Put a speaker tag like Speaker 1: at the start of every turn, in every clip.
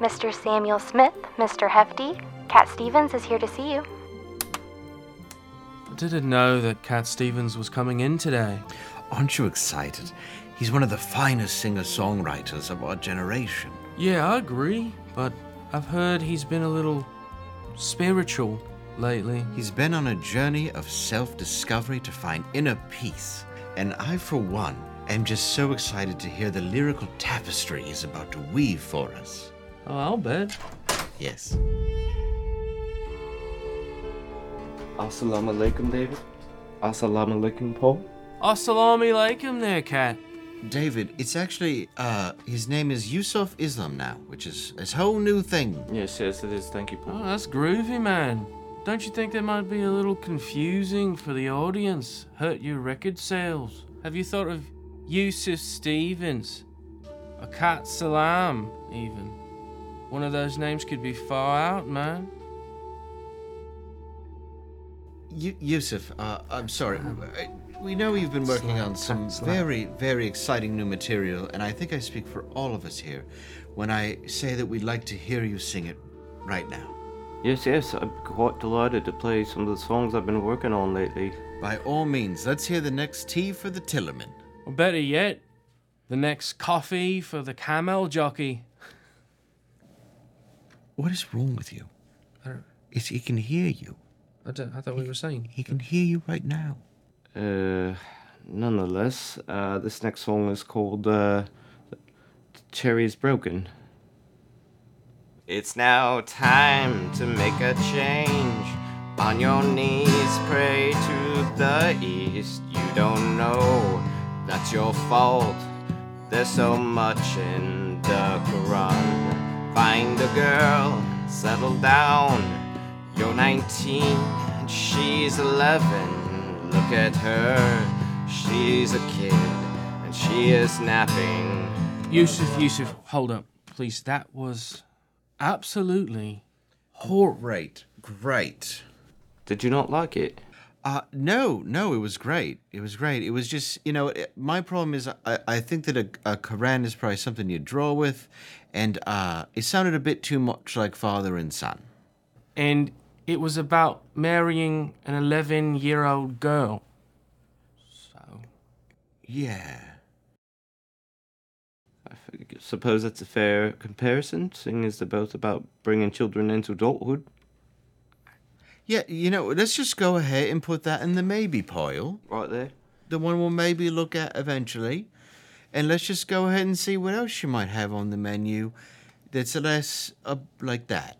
Speaker 1: Mr. Samuel Smith, Mr. Hefty, Cat Stevens is here to see you.
Speaker 2: Didn't know that Cat Stevens was coming in today.
Speaker 3: Aren't you excited? He's one of the finest singer songwriters of our generation.
Speaker 2: Yeah, I agree, but I've heard he's been a little spiritual lately.
Speaker 3: He's been on a journey of self discovery to find inner peace, and I, for one, am just so excited to hear the lyrical tapestry he's about to weave for us.
Speaker 2: Oh, I'll bet.
Speaker 3: Yes.
Speaker 4: Assalamu alaikum, David. Assalamu alaikum, Paul.
Speaker 2: Assalamu alaikum there, Cat.
Speaker 3: David, it's actually, uh, his name is Yusuf Islam now, which is this whole new thing.
Speaker 4: Yes, yes, it is. Thank you, Paul.
Speaker 2: Oh, that's groovy, man. Don't you think that might be a little confusing for the audience? Hurt your record sales. Have you thought of Yusuf Stevens? A Cat Salam, even. One of those names could be far out, man.
Speaker 3: Y- Yusuf, uh, I'm sorry. I- We know you've been working on some very, very exciting new material, and I think I speak for all of us here when I say that we'd like to hear you sing it right now.
Speaker 4: Yes, yes, I'm quite delighted to play some of the songs I've been working on lately.
Speaker 3: By all means, let's hear the next T for the Tillerman.
Speaker 2: Or better yet, the next coffee for the camel jockey.
Speaker 3: What is wrong with you?
Speaker 2: I don't-
Speaker 3: It's, he can hear you.
Speaker 2: I, don't, I thought we were saying.
Speaker 3: He can hear you right now.
Speaker 4: Uh, nonetheless, uh, this next song is called uh, Cherry's Broken. It's now time to make a change. On your knees, pray to the east. You don't know that's your fault. There's so much in the Quran. Find a girl, settle down. You're 19 and she's 11. Look at her, she's a kid and she is napping.
Speaker 2: Yusuf, Yusuf, hold up, please. That was absolutely.
Speaker 3: Great, great.
Speaker 4: Did you not like it?
Speaker 3: Uh, no, no, it was great. It was great. It was just, you know, it, my problem is I, I think that a, a Quran is probably something you draw with, and uh, it sounded a bit too much like father and son.
Speaker 2: And it was about marrying an 11 year old girl. So.
Speaker 3: Yeah.
Speaker 4: I fig- suppose that's a fair comparison, seeing as they're both about bringing children into adulthood.
Speaker 3: Yeah, you know, let's just go ahead and put that in the maybe pile,
Speaker 4: Right there.
Speaker 3: the one we'll maybe look at eventually, and let's just go ahead and see what else you might have on the menu that's less uh, like that.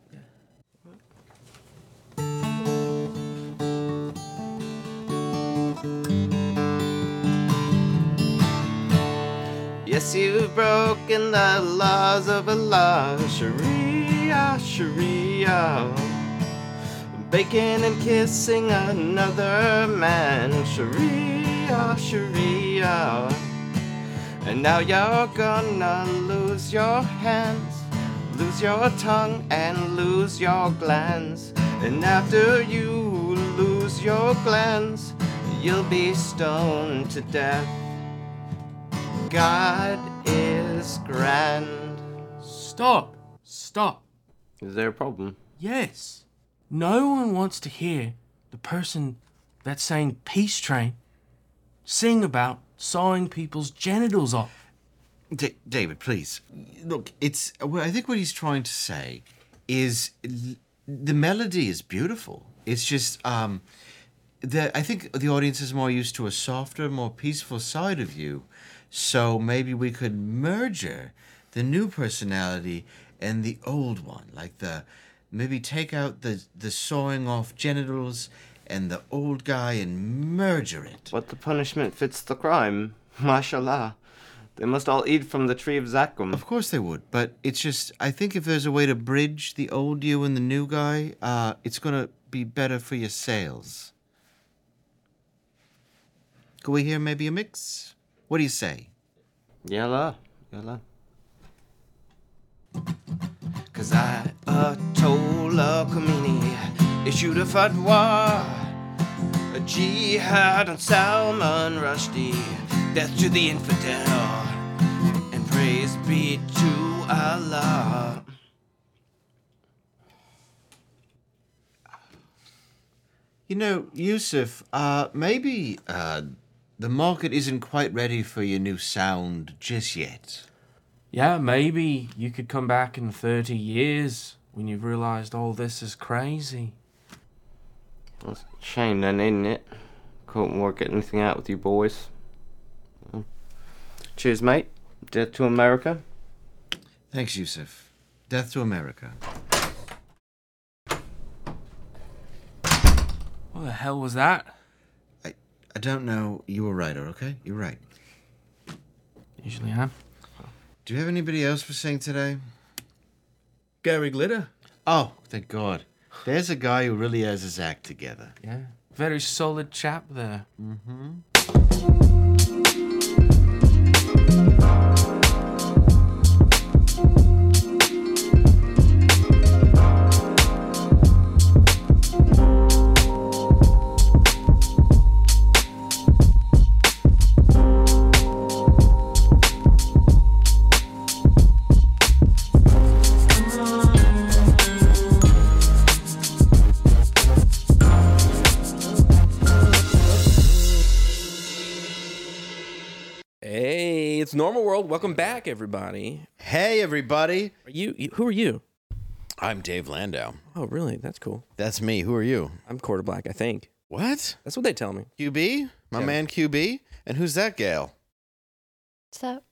Speaker 4: Yes, you've broken the laws of Allah, Sharia, Sharia. Baking and kissing another man, Sharia, Sharia. And now you're gonna lose your hands, lose your tongue, and lose your glands. And after you lose your glands, you'll be stoned to death. God is grand.
Speaker 2: Stop! Stop!
Speaker 4: Is there a problem?
Speaker 2: Yes! No one wants to hear the person that's saying peace train sing about sawing people's genitals off.
Speaker 3: Da- David, please. Look, it's. Well, I think what he's trying to say is l- the melody is beautiful. It's just. Um, the, I think the audience is more used to a softer, more peaceful side of you. So maybe we could merger the new personality and the old one. Like the. Maybe take out the, the sawing off genitals and the old guy and merger it.
Speaker 4: But the punishment fits the crime. Mashallah. They must all eat from the tree of Zakum.
Speaker 3: Of course they would, but it's just I think if there's a way to bridge the old you and the new guy, uh, it's gonna be better for your sales. Can we hear maybe a mix? What do you say?
Speaker 4: Yalla. Yalla. Cause I, Ayatollah Khomeini, issued a fatwa. A jihad on Salman Rushdie. Death to the infidel. And praise be to Allah.
Speaker 5: You know, Yusuf, uh, maybe uh, the market isn't quite ready for your new sound just yet.
Speaker 2: Yeah, maybe you could come back in 30 years when you've realized all this is crazy.
Speaker 4: That's a shame then, isn't it? Couldn't work anything out with you boys. Mm. Cheers, mate. Dead to America.
Speaker 5: Thanks, Yusuf. Death to America.
Speaker 2: What the hell was that?
Speaker 5: I, I don't know. You were right, okay? You're right.
Speaker 2: Usually am.
Speaker 5: Do you have anybody else for sing today?
Speaker 2: Gary Glitter.
Speaker 5: Oh, thank God. There's a guy who really has his act together.
Speaker 2: Yeah. Very solid chap there.
Speaker 6: Hey, it's Normal World. Welcome back, everybody.
Speaker 3: Hey, everybody.
Speaker 6: Are you, you- who are you?
Speaker 3: I'm Dave Landau.
Speaker 6: Oh, really? That's cool.
Speaker 3: That's me. Who are you?
Speaker 6: I'm quarter black, I think.
Speaker 3: What?
Speaker 6: That's what they tell
Speaker 7: Mm-hmm.
Speaker 6: me.
Speaker 3: QB? My
Speaker 6: Yeah.
Speaker 3: man QB? And who's that gal?
Speaker 7: So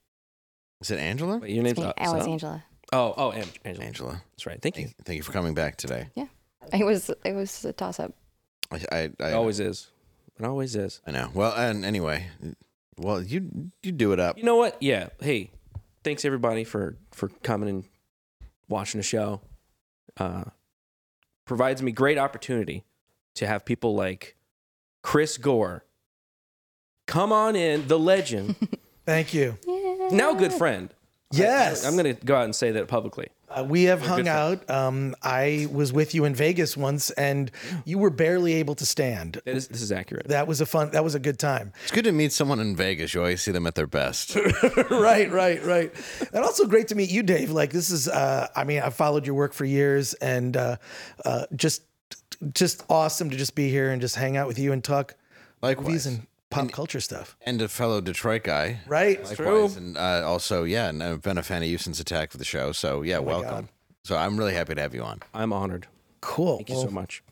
Speaker 3: Is it Angela?
Speaker 6: Wait, your
Speaker 7: it's
Speaker 6: name's
Speaker 7: me.
Speaker 6: uh,
Speaker 7: I was
Speaker 6: so-
Speaker 7: Angela.
Speaker 6: Oh, oh, Ang- Angela.
Speaker 3: Angela.
Speaker 6: That's right. Thank you.
Speaker 3: Thank, thank you for coming back today.
Speaker 7: It was it was a toss up.
Speaker 3: I, I, I
Speaker 6: It always is. It always is.
Speaker 3: I know. Well, and anyway, well, you you do it up.
Speaker 6: You know what? Yeah. Hey, thanks everybody for for coming and watching the show. Uh, provides me great opportunity to have people like Chris Gore come on in, the legend,
Speaker 8: Thank you.
Speaker 6: now a good friend.
Speaker 8: Yes.
Speaker 6: I, am going to go out and say that publicly.
Speaker 8: Uh, we have
Speaker 6: good
Speaker 8: hung out. Um, I was with you in Vegas once, and you were barely able to stand.
Speaker 6: That is, this is accurate.
Speaker 8: That was a fun. That was a good time.
Speaker 3: It's good to meet someone in Vegas. You always see them at their best.
Speaker 8: right, right, right. And also great to meet you, Dave. Like this is. Uh, I mean, I've followed your work for years, and uh, uh, just just awesome to just be here and just hang out with you and talk movies
Speaker 3: Likewise.
Speaker 8: and pop culture stuff.
Speaker 3: And a fellow Detroit guy.
Speaker 8: Right.
Speaker 3: Likewise. And uh, also, yeah, and I've been a fan of you since Attack of the Show. So, yeah, welcome. So, I'm really happy to have you on.
Speaker 6: I'm honored.
Speaker 8: Cool.
Speaker 6: Thank you
Speaker 8: Well,
Speaker 6: so much.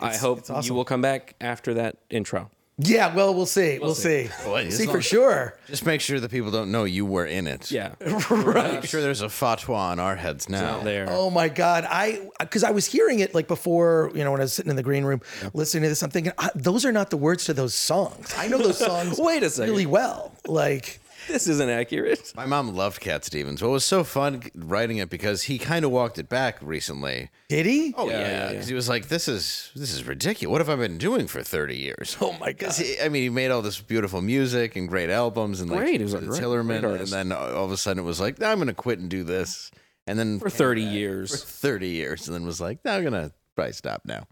Speaker 6: I hope you will come back after that intro.
Speaker 8: Yeah. Well, we'll see. We'll, see.
Speaker 3: Boy,
Speaker 8: see
Speaker 3: as
Speaker 8: for
Speaker 3: long-
Speaker 8: sure.
Speaker 3: Just make sure that people don't know you were in it.
Speaker 6: Yeah.
Speaker 3: I'm sure there's a fatwa on our heads now.
Speaker 6: Out there.
Speaker 8: Oh my God. I, because I was hearing it like before, you know, when I was sitting in the green room listening to this, I'm thinking, "Ah, those are not the words to those songs. I know those songs
Speaker 6: Wait a second.
Speaker 8: really well. Like,
Speaker 6: This isn't accurate.
Speaker 3: My mom loved Cat Stevens. What was so fun writing it because he kind of walked it back recently.
Speaker 8: did he?
Speaker 3: Oh yeah,
Speaker 6: yeah,
Speaker 3: because he was like, "This is this is ridiculous. What have I been doing for thirty years?"
Speaker 8: Oh my God.
Speaker 3: Because I mean, he made all this beautiful music and great albums and like
Speaker 6: Great. He was a great-
Speaker 3: Tillerman,
Speaker 6: great
Speaker 3: and
Speaker 6: artist.
Speaker 3: then all of a sudden it was like, "I'm going to quit and do this," and then
Speaker 6: For 30 years.
Speaker 3: thirty years, and then was like, "No, "I'm going to probably stop now."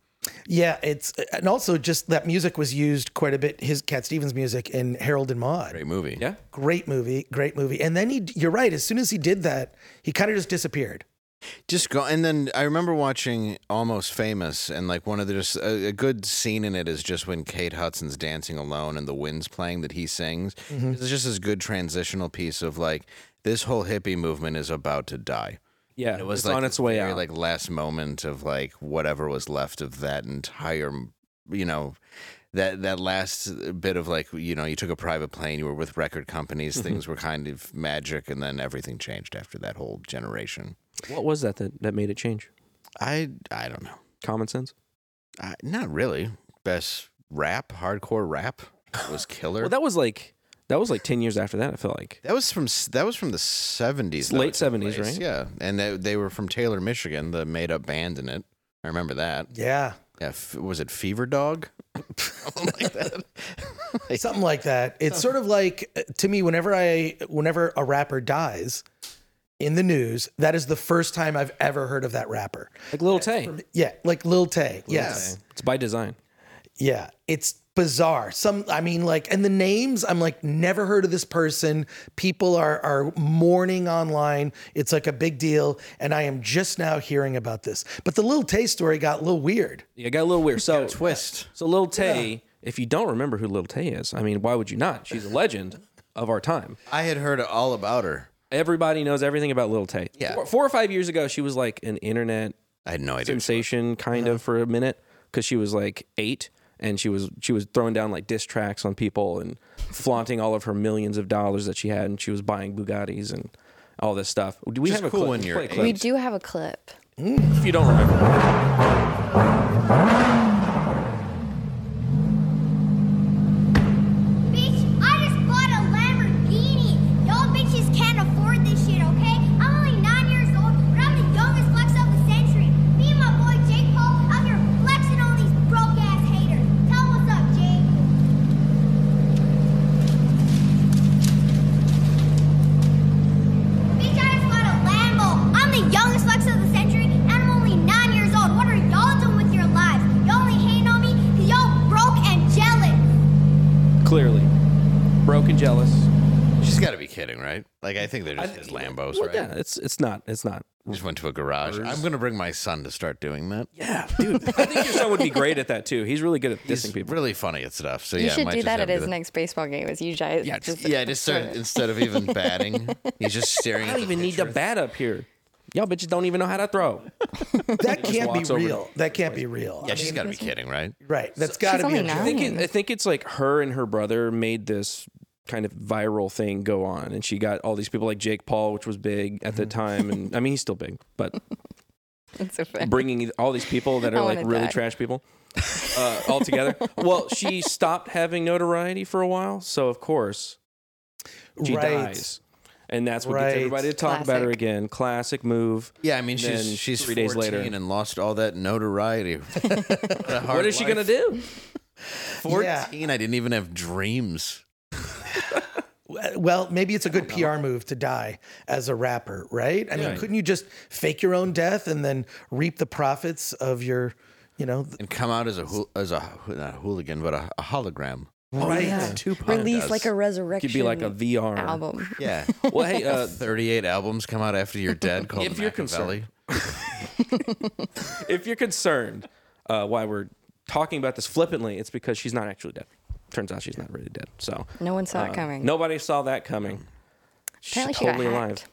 Speaker 8: Yeah. It's, and also just that music was used quite a bit, his Cat Stevens music in Harold and Maude.
Speaker 3: Great movie.
Speaker 6: Yeah.
Speaker 8: Great movie. Great movie. And then he, you're right. As soon as he did that, he kind of just disappeared.
Speaker 3: Just go, and then I remember watching Almost Famous, and like one of the just a, a good scene in it is just when Kate Hudson's dancing alone and the wind's playing that he sings.
Speaker 6: Mm-hmm.
Speaker 3: It's just this good transitional piece of like this whole hippie movement is about to die.
Speaker 6: Yeah.
Speaker 3: And it was
Speaker 6: it's
Speaker 3: like
Speaker 6: on
Speaker 3: the
Speaker 6: its way
Speaker 3: very,
Speaker 6: out.
Speaker 3: like last moment of like whatever was left of that entire, you know, that that last uh, bit of like you know you took a private plane, you were with record companies,
Speaker 6: Mm-hmm.
Speaker 3: things were kind of magic, and then everything changed after that whole generation.
Speaker 6: What was that, that that made it change?
Speaker 3: I I don't know.
Speaker 6: Common sense.
Speaker 3: Uh, not really. Best rap, hardcore rap was killer.
Speaker 6: Well,
Speaker 3: that,
Speaker 6: that was like that was like ten years after that. I felt like
Speaker 3: was from s- that was from the seventies,
Speaker 6: It's late 70s, right?
Speaker 3: Yeah, and they, they were from Taylor, Michigan, the made up band in it. I remember that.
Speaker 8: Yeah.
Speaker 3: Yeah, f- was it Fever Dog? Something like that.
Speaker 8: something like that. It's sort of like uh, to me whenever I whenever a rapper dies in the news, that is the first time I've ever heard of that rapper.
Speaker 6: like Little Tay.
Speaker 8: Yeah, like Lil Tay. yes.
Speaker 6: It's by design.
Speaker 8: Yeah. It's bizarre. Some, I mean, like, and the names, I'm like, never heard of this person. People are are mourning online. It's like a big deal, and I am just now hearing about this. But the little Tay story got a little weird.
Speaker 6: Yeah, it got a little weird. So
Speaker 3: Twist.
Speaker 6: So Lil Tay, if you don't remember who Lil Tay is, I mean, why would you not? She's a legend of our time.
Speaker 3: I had heard all about her.
Speaker 6: Everybody knows everything about Lil Tay.
Speaker 3: Yeah.
Speaker 6: Four, four or five years ago, she was like an internet
Speaker 3: I Uh-huh. had no idea.
Speaker 6: sensation kind of for a minute because she was like eight and she was she was throwing down like diss tracks on people and flaunting all of her millions of dollars that she had and she was buying Bugattis and all this stuff. Do we
Speaker 3: Just
Speaker 6: have a
Speaker 3: cool
Speaker 6: clip?
Speaker 3: when
Speaker 6: Let's
Speaker 3: you're
Speaker 6: play a
Speaker 3: eight.
Speaker 6: clip
Speaker 7: We do have a clip.
Speaker 6: if you don't remember.
Speaker 9: Bitch, I just bought a Lamborghini. Y'all bitches can't afford this shit, okay? I'm only nine years old, but I'm the youngest flex of the century. Me and my boy Jake Paul out here flexing on these broke ass haters. Tell 'em what's up, Jake. Bitch, I just bought a Lambo. I'm the youngest flex of the century, and I'm only nine years old. What are y'all doing with your lives? Y'all only hating on me because y'all broke and jealous.
Speaker 6: Clearly, broke and jealous.
Speaker 3: She's got to be kidding, right? Like I think they're just his Lambos,
Speaker 6: Well,
Speaker 3: right?
Speaker 6: yeah, it's it's not it's not
Speaker 3: Just went to a garage. I'm gonna bring my son to start doing that.
Speaker 6: Yeah, dude. I think your son would be great at that too. He's really good at dissing
Speaker 3: He's
Speaker 6: people.
Speaker 3: really funny at stuff. So
Speaker 7: You
Speaker 3: yeah,
Speaker 7: should
Speaker 3: might
Speaker 7: do
Speaker 3: just
Speaker 7: that
Speaker 3: have
Speaker 7: at
Speaker 3: to
Speaker 7: his
Speaker 3: do
Speaker 7: next baseball game. Is you guys?
Speaker 3: Yeah, just, yeah. Just start, instead of even batting, he's just staring.
Speaker 6: I don't
Speaker 3: at
Speaker 6: even
Speaker 3: the
Speaker 6: need to
Speaker 3: picture.
Speaker 6: bat up here. Y'all bitches don't even know how to throw.
Speaker 8: That can't
Speaker 6: walks
Speaker 8: be
Speaker 6: over to-
Speaker 8: real. That can't be real.
Speaker 3: Yeah, she's got to be kidding, right?
Speaker 8: Right. That's got to
Speaker 7: She's only
Speaker 8: be. a
Speaker 6: I
Speaker 8: joke.
Speaker 7: nine.
Speaker 6: think it, I think it's like her and her brother made this kind of viral thing go on, and she got all these people like Jake Paul, which was big
Speaker 7: Mm-hmm.
Speaker 6: at the time, and I mean he's still big, but
Speaker 7: It's so funny.
Speaker 6: bringing all these people that
Speaker 7: I
Speaker 6: are like
Speaker 7: wanna
Speaker 6: really
Speaker 7: die.
Speaker 6: trash people uh, all together. Well, she stopped having notoriety for a while, so of course she
Speaker 8: right.
Speaker 6: dies, and that's what gets
Speaker 8: Right.
Speaker 6: everybody to talk about her
Speaker 7: Classic.
Speaker 6: again. Classic move.
Speaker 3: Yeah, I mean,
Speaker 6: And then
Speaker 3: she's she's
Speaker 6: three days later-
Speaker 3: 14 and lost all that notoriety.
Speaker 6: What is she gonna do?
Speaker 3: Fourteen. I didn't even have dreams.
Speaker 8: Well, maybe it's a good PR move to die as a rapper, right? I mean, couldn't you just fake your own death and then reap the profits of your, you know, th-
Speaker 3: and come out as a hool- as a hoo- not a hooligan, but a, a hologram.
Speaker 8: right?
Speaker 3: Tupac
Speaker 7: Oh, Release
Speaker 3: does.
Speaker 7: like a resurrection.
Speaker 6: Could be like a VR
Speaker 7: album.
Speaker 3: yeah.
Speaker 6: Well, hey, uh,
Speaker 3: Thirty-eight albums come out after you're dead. Called
Speaker 6: If you're
Speaker 3: Machiavelli.
Speaker 6: if you're concerned uh, why we're talking about this flippantly, it's because she's not actually dead. Turns out she's not really dead. So
Speaker 7: No one saw
Speaker 6: uh,
Speaker 7: it coming.
Speaker 6: Nobody saw that coming. She's
Speaker 7: Apparently she
Speaker 6: totally
Speaker 7: got
Speaker 6: alive.
Speaker 7: hacked.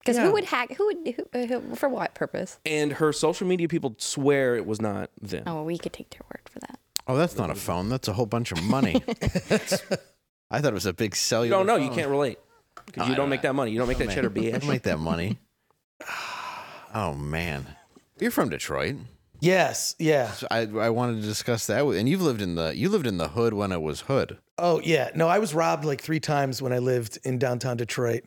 Speaker 7: Because who would hack? Who would? Who, uh, who, for what purpose?
Speaker 6: And her social media people swear it was not them.
Speaker 7: Oh, well, we could take their word for that.
Speaker 3: Oh, that's not a phone. That's a whole bunch of money. I thought it was a big
Speaker 6: you
Speaker 3: cellular.
Speaker 6: don't know. You
Speaker 3: phone.
Speaker 6: can't relate because you don't, make that money. You don't make
Speaker 8: Oh,
Speaker 6: that cheddar
Speaker 3: I don't
Speaker 6: BS.
Speaker 3: make that money. Oh man, you're from Detroit.
Speaker 8: Yes. Yeah.
Speaker 3: So I I wanted to discuss that with, and you've lived in the you lived in the hood when it was hood.
Speaker 8: Oh, yeah. No, I was robbed like three times when I lived in downtown Detroit.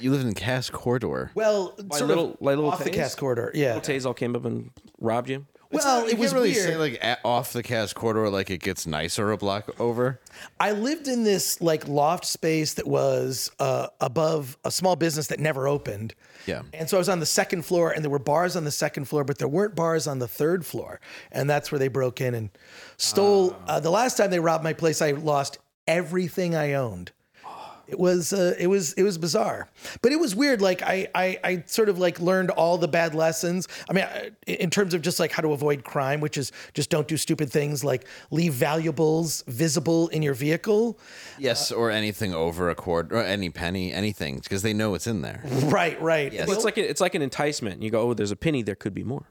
Speaker 3: You lived in Cass Corridor.
Speaker 8: Well,
Speaker 6: Like
Speaker 8: sort
Speaker 6: little,
Speaker 8: of
Speaker 6: like little
Speaker 8: off the
Speaker 6: Tays?
Speaker 8: Cass corridor. Yeah.
Speaker 6: Little Tays all came up and robbed you.
Speaker 8: Well,
Speaker 3: You
Speaker 8: it was
Speaker 3: can't really
Speaker 8: weird.
Speaker 3: say like a off the Cass Corridor like it gets nicer a block over.
Speaker 8: I lived in this like loft space that was uh, above a small business that never opened.
Speaker 3: Yeah.
Speaker 8: And so I was on the second floor, and there were bars on the second floor, but there weren't bars on the third floor. And that's where they broke in and stole. Uh, the last time they robbed my place, I lost everything I owned. It was uh, it was it was bizarre, but it was weird. Like I, I I sort of like learned all the bad lessons. I mean, I- in terms of just like how to avoid crime, which is just don't do stupid things like leave valuables visible in your vehicle.
Speaker 3: Yes, or anything over a quarter, or any penny, anything, because they know it's in there.
Speaker 8: Right, right.
Speaker 6: Well, it's like a, it's like an enticement. You go, oh, there's a penny. There could be more.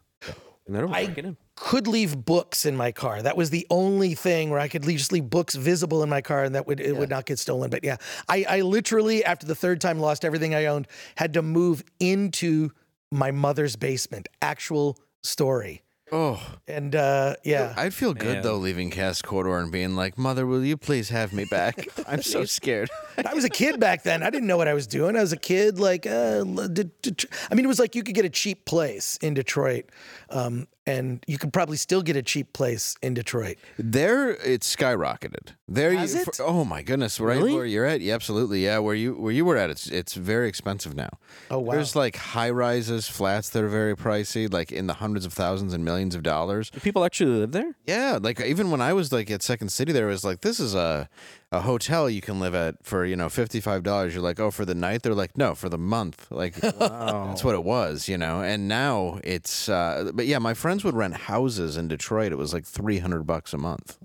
Speaker 6: And then I get in.
Speaker 8: could leave books in my car. That was the only thing where I could leave, just leave books visible in my car, and that would it would not get stolen. But yeah, I, I literally after the third time lost everything I owned, had to move into my mother's basement. Actual story.
Speaker 3: Oh,
Speaker 8: And uh, yeah,
Speaker 3: I'd feel good though leaving Cass Corridor and being like, "Mother, will you please have me back? I'm so scared."
Speaker 8: I was a kid back then. I didn't know what I was doing. I was a kid, like, uh, l- d- d- I mean, it was like you could get a cheap place in Detroit, um, and you could probably still get a cheap place in Detroit.
Speaker 3: There, it's skyrocketed. There,
Speaker 8: Has
Speaker 3: you,
Speaker 8: it?
Speaker 3: for- oh my goodness, right
Speaker 6: Really?
Speaker 3: where you're at, yeah, absolutely, yeah, where you where you were at, it's it's very expensive now.
Speaker 8: Oh, wow.
Speaker 3: There's like high rises, flats that are very pricey, like in the hundreds of thousands and millions of dollars.
Speaker 6: Do people actually live there?
Speaker 3: Yeah, like even when I was like at Second City, there was like this is a a hotel you can live at for you know fifty five dollars. You're like, oh, for the night? They're like, no, for the month. Like that's what it was, you know. And now it's, uh, but yeah, my friends would rent houses in Detroit. It was like three hundred bucks a month.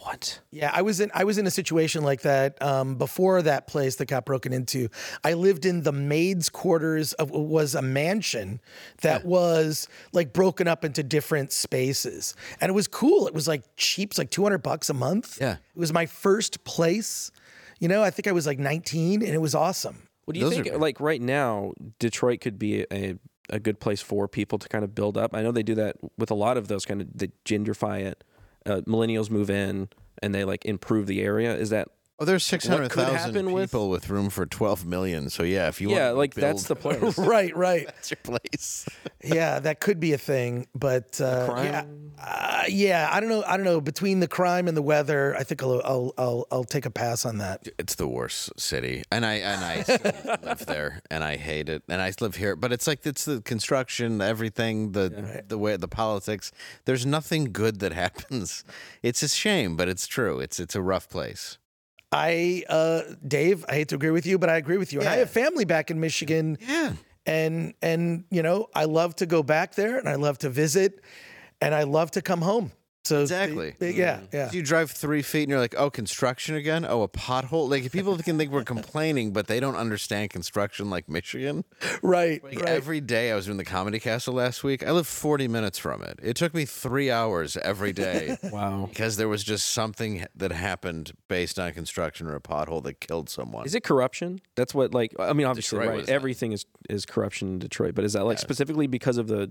Speaker 6: What?
Speaker 8: Yeah, I was in I was in a situation like that um, before that place that got broken into. I lived in the maid's quarters of was a mansion that was like broken up into different spaces, and it was cool. It was like cheap, it's like two hundred bucks a month.
Speaker 3: Yeah.
Speaker 8: it was my first place. You know, I think I was like nineteen, and it was awesome.
Speaker 6: What do you
Speaker 3: Those
Speaker 6: think?
Speaker 3: are-
Speaker 6: like right now, Detroit could be a, a good place for people to kind of build up. I know they do that with a lot of those kind of they genderfy it. Uh, millennials move in and they like improve the area. Is that
Speaker 3: Oh, there's six
Speaker 6: What
Speaker 3: hundred
Speaker 6: could
Speaker 3: thousand
Speaker 6: happen
Speaker 3: people
Speaker 6: with-
Speaker 3: with... room for twelve million. So yeah, if you
Speaker 6: yeah?
Speaker 3: want,
Speaker 6: Like that's the place.
Speaker 8: right, right.
Speaker 3: that's your place.
Speaker 8: yeah, that could be a thing, but uh, yeah, uh, yeah, I don't know. I don't know. Between the crime and the weather, I think I'll I'll I'll, I'll take a pass on that.
Speaker 3: it's the worst city, and I and I still live there, and I hate it, and I live here. But it's like it's the construction, everything, the the way the politics. There's nothing good that happens. It's a shame, but it's true. It's it's a rough place.
Speaker 8: I, uh, Dave, I hate to agree with you, but I agree with you. And I
Speaker 3: Yeah.
Speaker 8: have family back in Michigan,
Speaker 3: Yeah,
Speaker 8: and and you know, I love to go back there, and I love to visit, and I love to come home. So the-
Speaker 3: Exactly. Mm-hmm.
Speaker 8: the- yeah, yeah.
Speaker 3: you drive three feet, and you're like, oh, construction again. Oh, a pothole. Like people can think we're complaining, but they don't understand construction like Michigan.
Speaker 8: right,
Speaker 3: Like
Speaker 8: right.
Speaker 3: every day I was in the Comedy Castle last week. I lived 40 minutes from it. It took me three hours every day.
Speaker 6: Wow.
Speaker 3: Because there was just something that happened based on construction or a pothole that killed someone.
Speaker 6: Is it corruption? That's what like I mean obviously
Speaker 3: Detroit
Speaker 6: right
Speaker 3: was that.
Speaker 6: everything is is corruption in Detroit, but is that like specifically because of the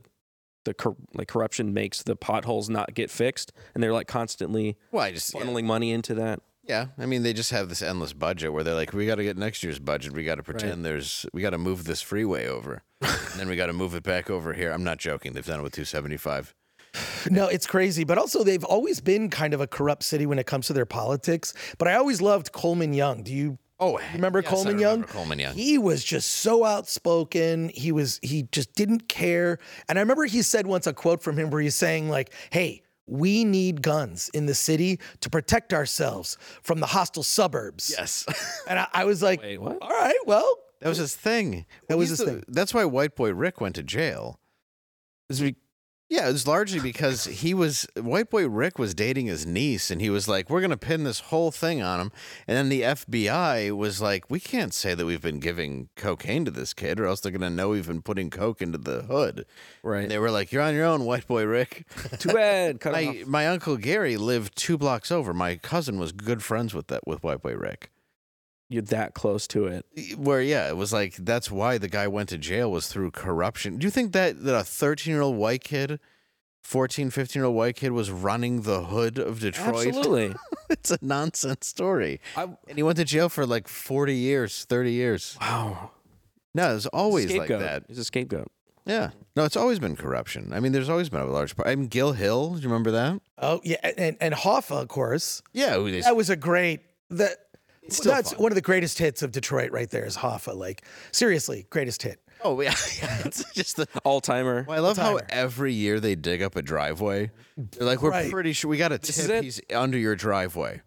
Speaker 6: the cor- like corruption makes the potholes not get fixed and they're like constantly
Speaker 3: Well, I just yeah,
Speaker 6: funneling money into that?
Speaker 3: yeah. I mean, they just have this endless budget where they're like, we got to get next year's budget. We got to pretend there's, we got to move this freeway over, and then we got to move it back over here. I'm not joking. They've done it with 275.
Speaker 8: No, it's crazy. But also, they've always been kind of a corrupt city when it comes to their politics. But I always loved Coleman Young. Do you
Speaker 3: Oh,
Speaker 8: remember
Speaker 3: yes, I
Speaker 8: Coleman
Speaker 3: remember
Speaker 8: Young?
Speaker 3: Coleman Young.
Speaker 8: He was just so outspoken. He was he just didn't care. And I remember he said once a quote from him where he's saying like, "Hey, we need guns in the city to protect ourselves from the hostile suburbs."
Speaker 3: yes.
Speaker 8: And I, I was like,
Speaker 6: Wait, what?
Speaker 8: "All right, well,
Speaker 3: That was his thing.
Speaker 8: That was
Speaker 3: He's
Speaker 8: his
Speaker 3: the-
Speaker 8: thing.
Speaker 3: That's why White Boy Rick went to jail.
Speaker 6: Is it-
Speaker 3: Yeah, it was largely because he was White Boy Rick was dating his niece, and he was like, "We're gonna pin this whole thing on him." And then the FBI was like, "We can't say that we've been giving cocaine to this kid, or else they're gonna know we've been putting coke into the hood."
Speaker 6: right.
Speaker 3: And they were like, "You're on your own, White Boy Rick."
Speaker 6: Too bad. Cut it off.
Speaker 3: my my uncle Gary lived two blocks over. My cousin was good friends with that with White Boy Rick.
Speaker 6: You're that close to it.
Speaker 3: where yeah it was like that's why the guy went to jail was through corruption do you think that that a 13 year old white kid 14 15 year old white kid was running the hood of detroit
Speaker 6: Absolutely.
Speaker 3: it's a nonsense story
Speaker 6: I-
Speaker 3: and he went to jail for like 40 years 30 years
Speaker 6: wow.
Speaker 3: no it's always
Speaker 6: scapegoat.
Speaker 3: like that
Speaker 6: He's a scapegoat.
Speaker 3: yeah no it's always been corruption i mean there's always been a large part i mean gil hill do you remember that
Speaker 8: oh yeah." And and Hoffa, of course,
Speaker 3: yeah who they
Speaker 8: that was a great that.
Speaker 3: still
Speaker 8: That's
Speaker 3: fun.
Speaker 8: one of the greatest hits of Detroit, right there, is Hoffa. Like, seriously, greatest hit.
Speaker 3: oh yeah, yeah it's just the
Speaker 6: All timer.
Speaker 3: Well, I love how
Speaker 8: timer.
Speaker 3: every year they dig up a driveway. They're like, we're
Speaker 8: Right.
Speaker 3: pretty sure we got a
Speaker 6: is
Speaker 3: tip
Speaker 6: it.
Speaker 3: he's under your driveway.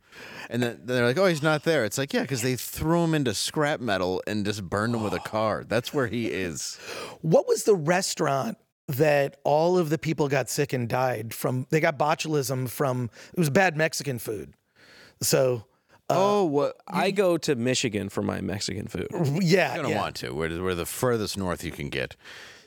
Speaker 3: And then then they're like, oh, he's not there. It's like, yeah, because they threw him into scrap metal and just burned him with a car. That's where he is.
Speaker 8: What was the restaurant that all of the people got sick and died from? They got botulism from it was bad Mexican food. So
Speaker 6: oh, what? I go to Michigan for my Mexican food.
Speaker 8: yeah,
Speaker 3: You don't
Speaker 8: yeah.
Speaker 3: want to. We're, we're the furthest north you can get.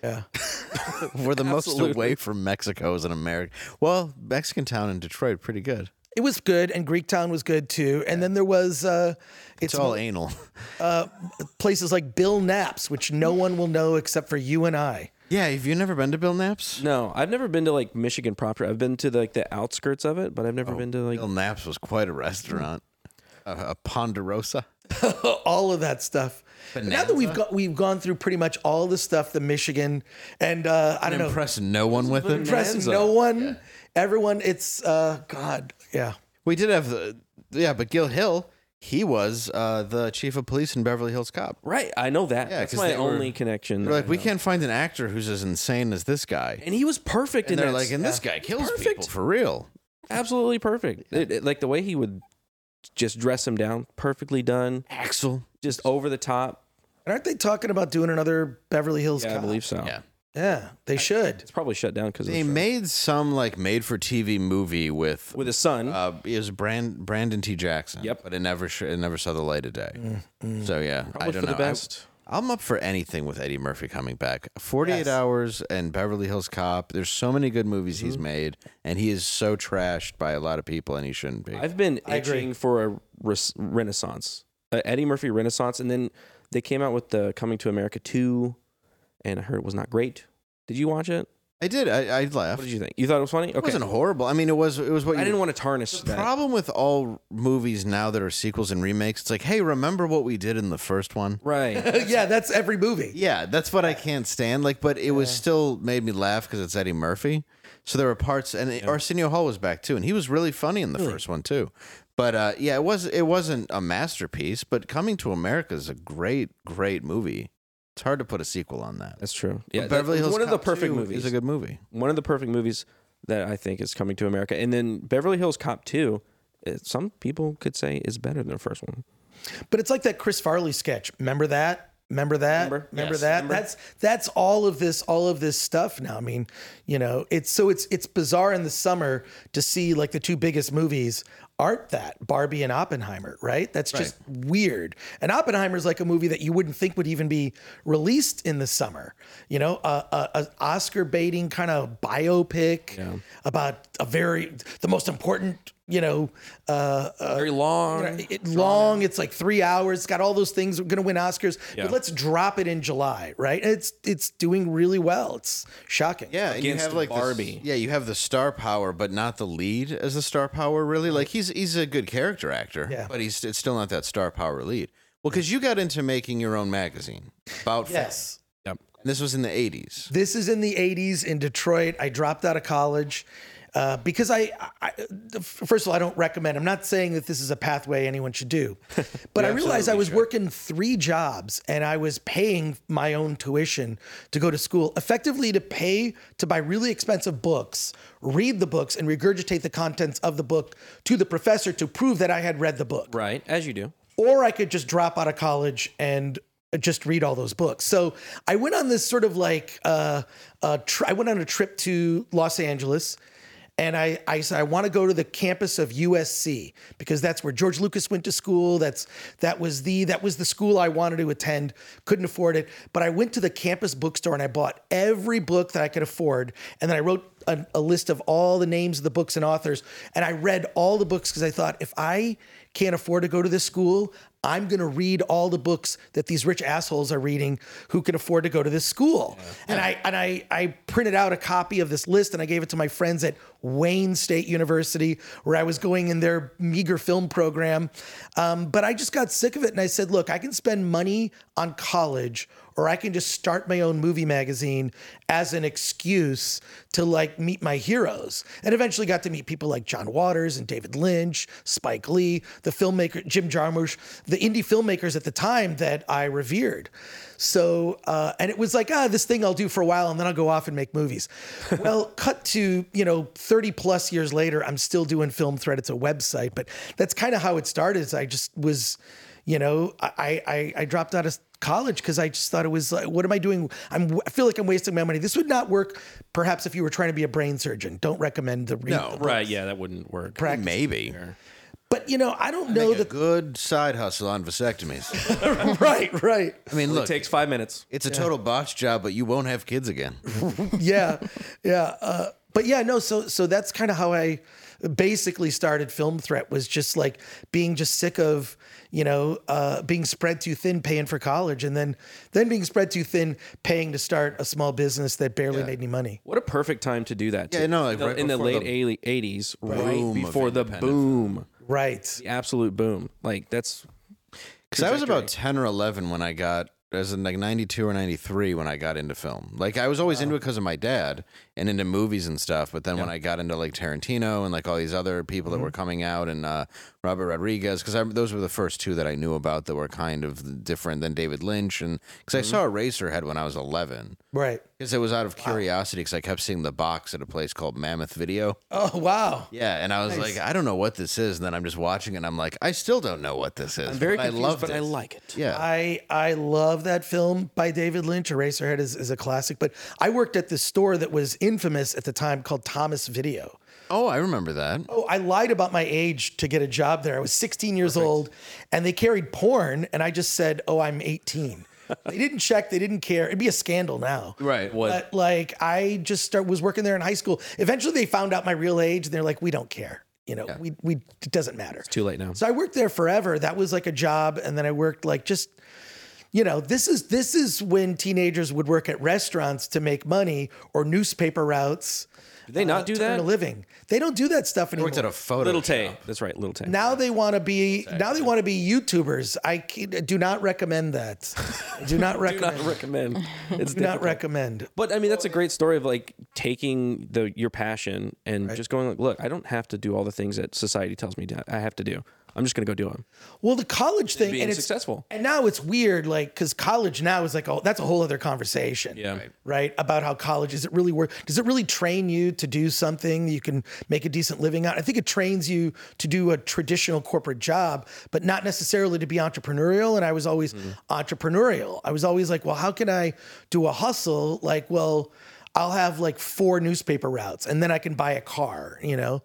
Speaker 3: Yeah. we're the most away from Mexico as an American. Well, Mexican town in Detroit, pretty good.
Speaker 8: it was good, and Greek Town was good too. And then there was uh,
Speaker 3: It's, all anal.
Speaker 8: places like Bill Knapp's, which no one will know except for you and I.
Speaker 3: Yeah, have you never been to Bill Knapp's?
Speaker 6: No, I've never been to like Michigan proper. I've been to like the
Speaker 3: Oh,
Speaker 6: outskirts of it, but I've never been to like
Speaker 3: Bill Knapp's was quite a restaurant, a, a Ponderosa.
Speaker 8: all of that stuff. Now that we've got we've gone through pretty much all the stuff, the Michigan and uh, I don't know,
Speaker 3: Impress no one with it.
Speaker 8: impress no one, everyone. It's uh, God, yeah,
Speaker 3: We did have, the, yeah, but Gil Hill, he was uh, the chief of police in Beverly Hills Cop.
Speaker 6: Right, I know that.
Speaker 3: Yeah,
Speaker 6: That's
Speaker 3: 'cause
Speaker 6: my
Speaker 3: they were-
Speaker 6: only connection.
Speaker 3: They're
Speaker 6: that
Speaker 3: like,
Speaker 6: I
Speaker 3: we
Speaker 6: know.
Speaker 3: can't find an actor who's as insane as this guy.
Speaker 6: And he was perfect
Speaker 3: And
Speaker 6: in
Speaker 3: they're
Speaker 6: that.
Speaker 3: like, and this guy kills
Speaker 6: Perfect.
Speaker 3: people for real.
Speaker 6: absolutely perfect. It- it- like the way he would just dress him down, perfectly done,
Speaker 3: Axel.
Speaker 6: just over the top.
Speaker 8: And aren't they talking about doing another Beverly Hills
Speaker 6: Yeah, I
Speaker 8: Cop?
Speaker 6: believe so.
Speaker 3: Yeah.
Speaker 8: Yeah, they should.
Speaker 6: It's probably shut down because
Speaker 3: They made some like made for TV movie with
Speaker 6: with his son.
Speaker 3: uh, it was Brand, Brandon T. Jackson.
Speaker 6: Hmm? Yep. Mm,
Speaker 3: But it never sh- it never saw the light of day. So yeah,
Speaker 6: Probably
Speaker 3: I don't
Speaker 6: for the
Speaker 3: know.
Speaker 6: best.
Speaker 3: I, am up for anything with Eddie Murphy coming back. 48
Speaker 8: Yes.
Speaker 3: Hours and Beverly Hills Cop. There's so many good movies
Speaker 6: Mm-hmm.
Speaker 3: he's made, and he is so trashed by a lot of people, and he shouldn't be.
Speaker 6: I've been
Speaker 8: I agree.
Speaker 6: itching for a res- renaissance, a Eddie Murphy renaissance, and then they came out with the Coming to America two, and I heard it was not great. Did you watch it?
Speaker 3: I did. I, I laughed.
Speaker 6: What did you think? You thought it was funny? Okay,
Speaker 3: It wasn't horrible. I mean, it was. It was what
Speaker 6: I
Speaker 3: you
Speaker 6: didn't want to tarnish
Speaker 3: The
Speaker 6: that.
Speaker 3: problem with all movies now that are sequels and remakes, it's like, hey, remember what we did in the first one?
Speaker 6: right.
Speaker 8: yeah, that's every movie.
Speaker 3: Yeah, that's what I can't stand. Like, but it was still made me laugh because it's Eddie Murphy. So there were parts, and Arsenio Hall was back too, and he was really funny in the first one too. But uh, yeah, it was it wasn't a masterpiece. But Coming to America is a great, great movie. It's hard to put a sequel on that.
Speaker 6: That's true. Yeah,
Speaker 3: But Beverly
Speaker 6: that-
Speaker 3: Hills
Speaker 6: one of the
Speaker 3: Cop
Speaker 6: perfect
Speaker 3: 2
Speaker 6: movies.
Speaker 3: is a good movie.
Speaker 6: one of the perfect movies that I think is coming to America. And then Beverly Hills Cop 2, uh, some people could say is better than the first one.
Speaker 8: But it's like that Chris Farley sketch. Remember that? Remember that?
Speaker 6: Remember.
Speaker 8: Remember,
Speaker 6: Yes,
Speaker 8: that?
Speaker 6: remember.
Speaker 8: That's that's all of this all of this stuff now. I mean, you know, it's so it's it's bizarre in the summer to see like the two biggest movies aren't that Barbie and Oppenheimer, right? That's just weird. And Oppenheimer's like a movie that you wouldn't think would even be released in the summer. You know, a, a, a Oscar baiting kind of biopic about a very the most important, you know, uh, uh
Speaker 6: Very long.
Speaker 8: it- it- long. It's like three hours. It's got all those things. We're gonna win Oscars, but let's drop it in July, right? And it's it's doing really well. It's shocking.
Speaker 3: Yeah, and
Speaker 6: Against
Speaker 3: the s-
Speaker 6: Barbie.
Speaker 3: yeah, you have the star power, but not the lead as the star power. Really, like he's he's a good character actor,
Speaker 8: Yeah.
Speaker 3: but he's it's still not that star power lead. Well, because you got into making your own magazine about
Speaker 8: Yes.
Speaker 3: film. This was in the eighties.
Speaker 8: This is in the 80s in Detroit. I dropped out of college uh, because I, I, f- first of all, I don't recommend. I'm not saying that this is a pathway anyone should do, but I realized I was working three jobs and I was paying my own tuition to go to school, effectively to pay to buy really expensive books, read the books, and regurgitate the contents of the book to the professor to prove that I had read the book
Speaker 6: Right, as you do.
Speaker 8: or I could just drop out of college and just read all those books. So I went on this sort of like uh, uh, tri- I went on a trip to Los Angeles. And I, I said I want to go to the campus of USC because that's where George Lucas went to school. That's that was the that was the school I wanted to attend. Couldn't afford it, but I went to the campus bookstore and I bought every book that I could afford. And then I wrote a, a list of all the names of the books and authors. And I read all the books because I thought if I can't afford to go to this school, I'm going to read all the books that these rich assholes are reading who can afford to go to this school. And I and I I printed out a copy of this list and I gave it to my friends at Wayne State University where I was going in their meager film program. Um, but I just got sick of it and I said, look, I can spend money on college or I can just start my own movie magazine as an excuse to like meet my heroes. And eventually got to meet people like John Waters and David Lynch, Spike Lee, the filmmaker Jim Jarmusch, the indie filmmakers at the time that I revered. So, uh, and it was like, ah, this thing I'll do for a while and then I'll go off and make movies. well, cut to, you know, 30 plus years later, I'm still doing Film Thread. It's a website, but that's kind of how it started. is I just was, you know, I I, I dropped out of college because I just thought it was like, what am I doing? I'm I feel like I'm wasting my money. This would not work. Perhaps if you were trying to be a brain surgeon, don't recommend the read.
Speaker 3: No,
Speaker 6: Right, yeah, that wouldn't work.
Speaker 3: maybe
Speaker 8: But you know, I don't know
Speaker 3: a
Speaker 8: that.
Speaker 3: good side hustle on vasectomies.
Speaker 8: right, right,
Speaker 3: I mean,
Speaker 6: it
Speaker 3: look,
Speaker 6: takes five minutes.
Speaker 3: it's a total botch job, but you won't have kids again.
Speaker 8: yeah, yeah. Uh, but yeah, no. So so that's kind of how I basically started Film Threat was just like being just sick of you know uh, being spread too thin, paying for college, and then then being spread too thin, paying to start a small business that barely made any money.
Speaker 6: What a perfect time to do that.
Speaker 3: Yeah,
Speaker 6: too.
Speaker 3: no, like
Speaker 6: The-
Speaker 3: right
Speaker 6: in the
Speaker 3: before the
Speaker 6: late 80s, right
Speaker 3: boom of
Speaker 6: before the
Speaker 3: independent
Speaker 6: boom,
Speaker 8: Right.
Speaker 6: the absolute boom. Like that's
Speaker 3: Because I was about 10 or 11 when I got, as in like 92 or 93 when I got into film. Like I was always into it because of my dad and into movies and stuff. But then when I got into like Tarantino and like all these other people
Speaker 6: Mm-hmm.
Speaker 3: that were coming out and uh, Robert Rodriguez, because those were the first two that I knew about that were kind of different than David Lynch. And because
Speaker 6: Mm-hmm.
Speaker 3: I saw Eraserhead when I was 11.
Speaker 8: Right.
Speaker 3: Because it was out of curiosity because I kept seeing the box at a place called Mammoth Video.
Speaker 8: Oh wow.
Speaker 3: Yeah, and I was like, I don't know what this is. And then I'm just watching it and I'm like, I still don't know what this is.
Speaker 6: I'm very
Speaker 3: but
Speaker 6: confused,
Speaker 3: I love
Speaker 6: but I
Speaker 3: this.
Speaker 6: like it.
Speaker 3: Yeah.
Speaker 8: I I love that film by David Lynch. Eraserhead is, is a classic. But I worked at this store that was infamous at the time called Thomas Video.
Speaker 3: oh, I remember that.
Speaker 8: Oh, I lied about my age to get a job there. I was 16 years old and they carried porn and I just said, "Oh, I'm 18." they didn't check, they didn't care. It'd be a scandal now.
Speaker 3: Right.
Speaker 6: What?
Speaker 8: But like I just start was working there in high school. Eventually they found out my real age and they're like, "We don't care." You know, we we it doesn't matter.
Speaker 6: Too late now.
Speaker 8: So I worked there forever. That was like a job, and then I worked like just, you know, this is this is when teenagers would work at restaurants to make money or newspaper routes.
Speaker 6: Did they not
Speaker 8: uh,
Speaker 6: do
Speaker 8: to earn
Speaker 6: that?
Speaker 8: a living. They don't do that stuff anymore.
Speaker 3: Worked at a photo.
Speaker 6: Little
Speaker 3: shop.
Speaker 6: Tay. That's right, Little Tay.
Speaker 8: now they want to be now they want to be YouTubers. I c- do not recommend that. I do not
Speaker 6: do not
Speaker 8: recommend.
Speaker 6: recommend. It's
Speaker 8: do not
Speaker 6: difficult.
Speaker 8: recommend.
Speaker 6: But I mean, that's a great story of like taking the your passion and just going like, look, I don't have to do all the things that society tells me to, I have to do. I'm just gonna go do them.
Speaker 8: Well, the college thing
Speaker 6: being
Speaker 8: and it's
Speaker 6: successful.
Speaker 8: And now it's weird, like because college now is like, oh, that's a whole other conversation.
Speaker 6: Yeah. Right.
Speaker 8: About how college is it really work? Does it really train you to do something you can make a decent living out? I think it trains you to do a traditional corporate job, but not necessarily to be entrepreneurial. And I was always entrepreneurial. I was always like, well, how can I do a hustle? Like, well. I'll have like four newspaper routes and then I can buy a car, you know?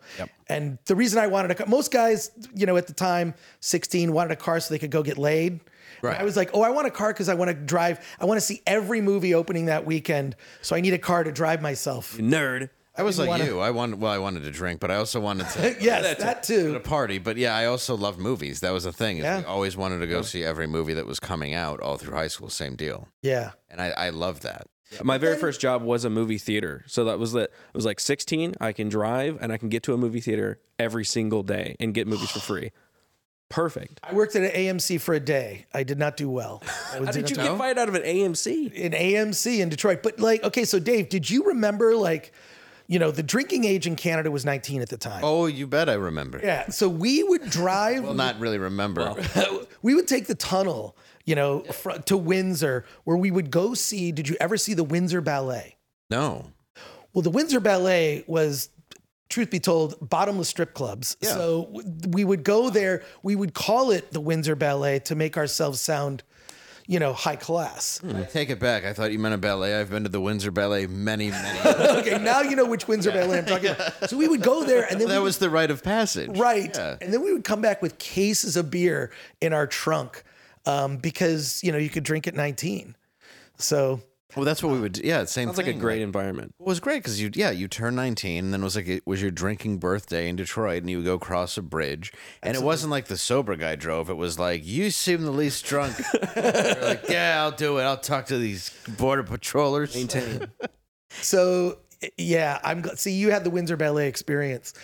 Speaker 8: And the reason I wanted a car, most guys, you know, at the time, 16, wanted a car so they could go get laid. Right. I was like, oh, I want a car because I want to drive, I want to see every movie opening that weekend. So I need a car to drive myself.
Speaker 6: Nerd.
Speaker 3: I was like you. I wanted. Well, I wanted to drink, but I also wanted to.
Speaker 8: Yes, that
Speaker 3: At a
Speaker 8: too.
Speaker 3: party, but yeah, I also loved movies. That was the thing. Is
Speaker 8: Yeah.
Speaker 3: We always wanted to go see every movie that was coming out all through high school. Same deal,
Speaker 8: Yeah.
Speaker 3: and I, I loved that.
Speaker 6: My very first job was a movie theater. So that was that I was like 16, I can drive and I can get to a movie theater every single day and get movies for free. Perfect.
Speaker 8: I worked at an AMC for a day. I did not do well. I was
Speaker 6: How did
Speaker 8: in
Speaker 6: you
Speaker 8: a-
Speaker 6: get fired out of an AMC?
Speaker 8: in AMC in Detroit. But like, okay, so Dave, did you remember like, you know, the drinking age in Canada was 19 at the time.
Speaker 3: Oh, you bet I remember.
Speaker 8: Yeah, so we would drive.
Speaker 3: Well, not really remember.
Speaker 8: we would take the tunnel, you know, fr- to Windsor, where we would go see. Did you ever see the Windsor Ballet?
Speaker 3: no.
Speaker 8: Well, the Windsor Ballet was, truth be told, bottomless strip clubs.
Speaker 3: Yeah.
Speaker 8: So w- we would go there. We would call it the Windsor Ballet to make ourselves sound, you know, high class.
Speaker 3: I take it back. I thought you meant a ballet. I've been to the Windsor Ballet many, many.
Speaker 8: Okay, now you know which Windsor Ballet I'm talking about. So we would go there, and then we
Speaker 3: that
Speaker 8: would-
Speaker 3: was the rite of passage.
Speaker 8: Right.
Speaker 3: Yeah.
Speaker 8: And then we would come back with cases of beer in our trunk um, because, you know, you could drink at 19. So,
Speaker 3: Well, that's what we would. do. Yeah, same.
Speaker 6: Sounds like a
Speaker 3: thing.
Speaker 6: great environment.
Speaker 3: It was great because you, yeah, you turned 19, and then it was like it was your drinking birthday in Detroit, and you would go cross a bridge, and it wasn't like the sober guy drove. It was like you seem the least drunk. You're like, yeah, I'll do it. I'll talk to these border patrollers.
Speaker 6: Maintain.
Speaker 8: so yeah, I'm gl- see you had the Windsor Ballet experience,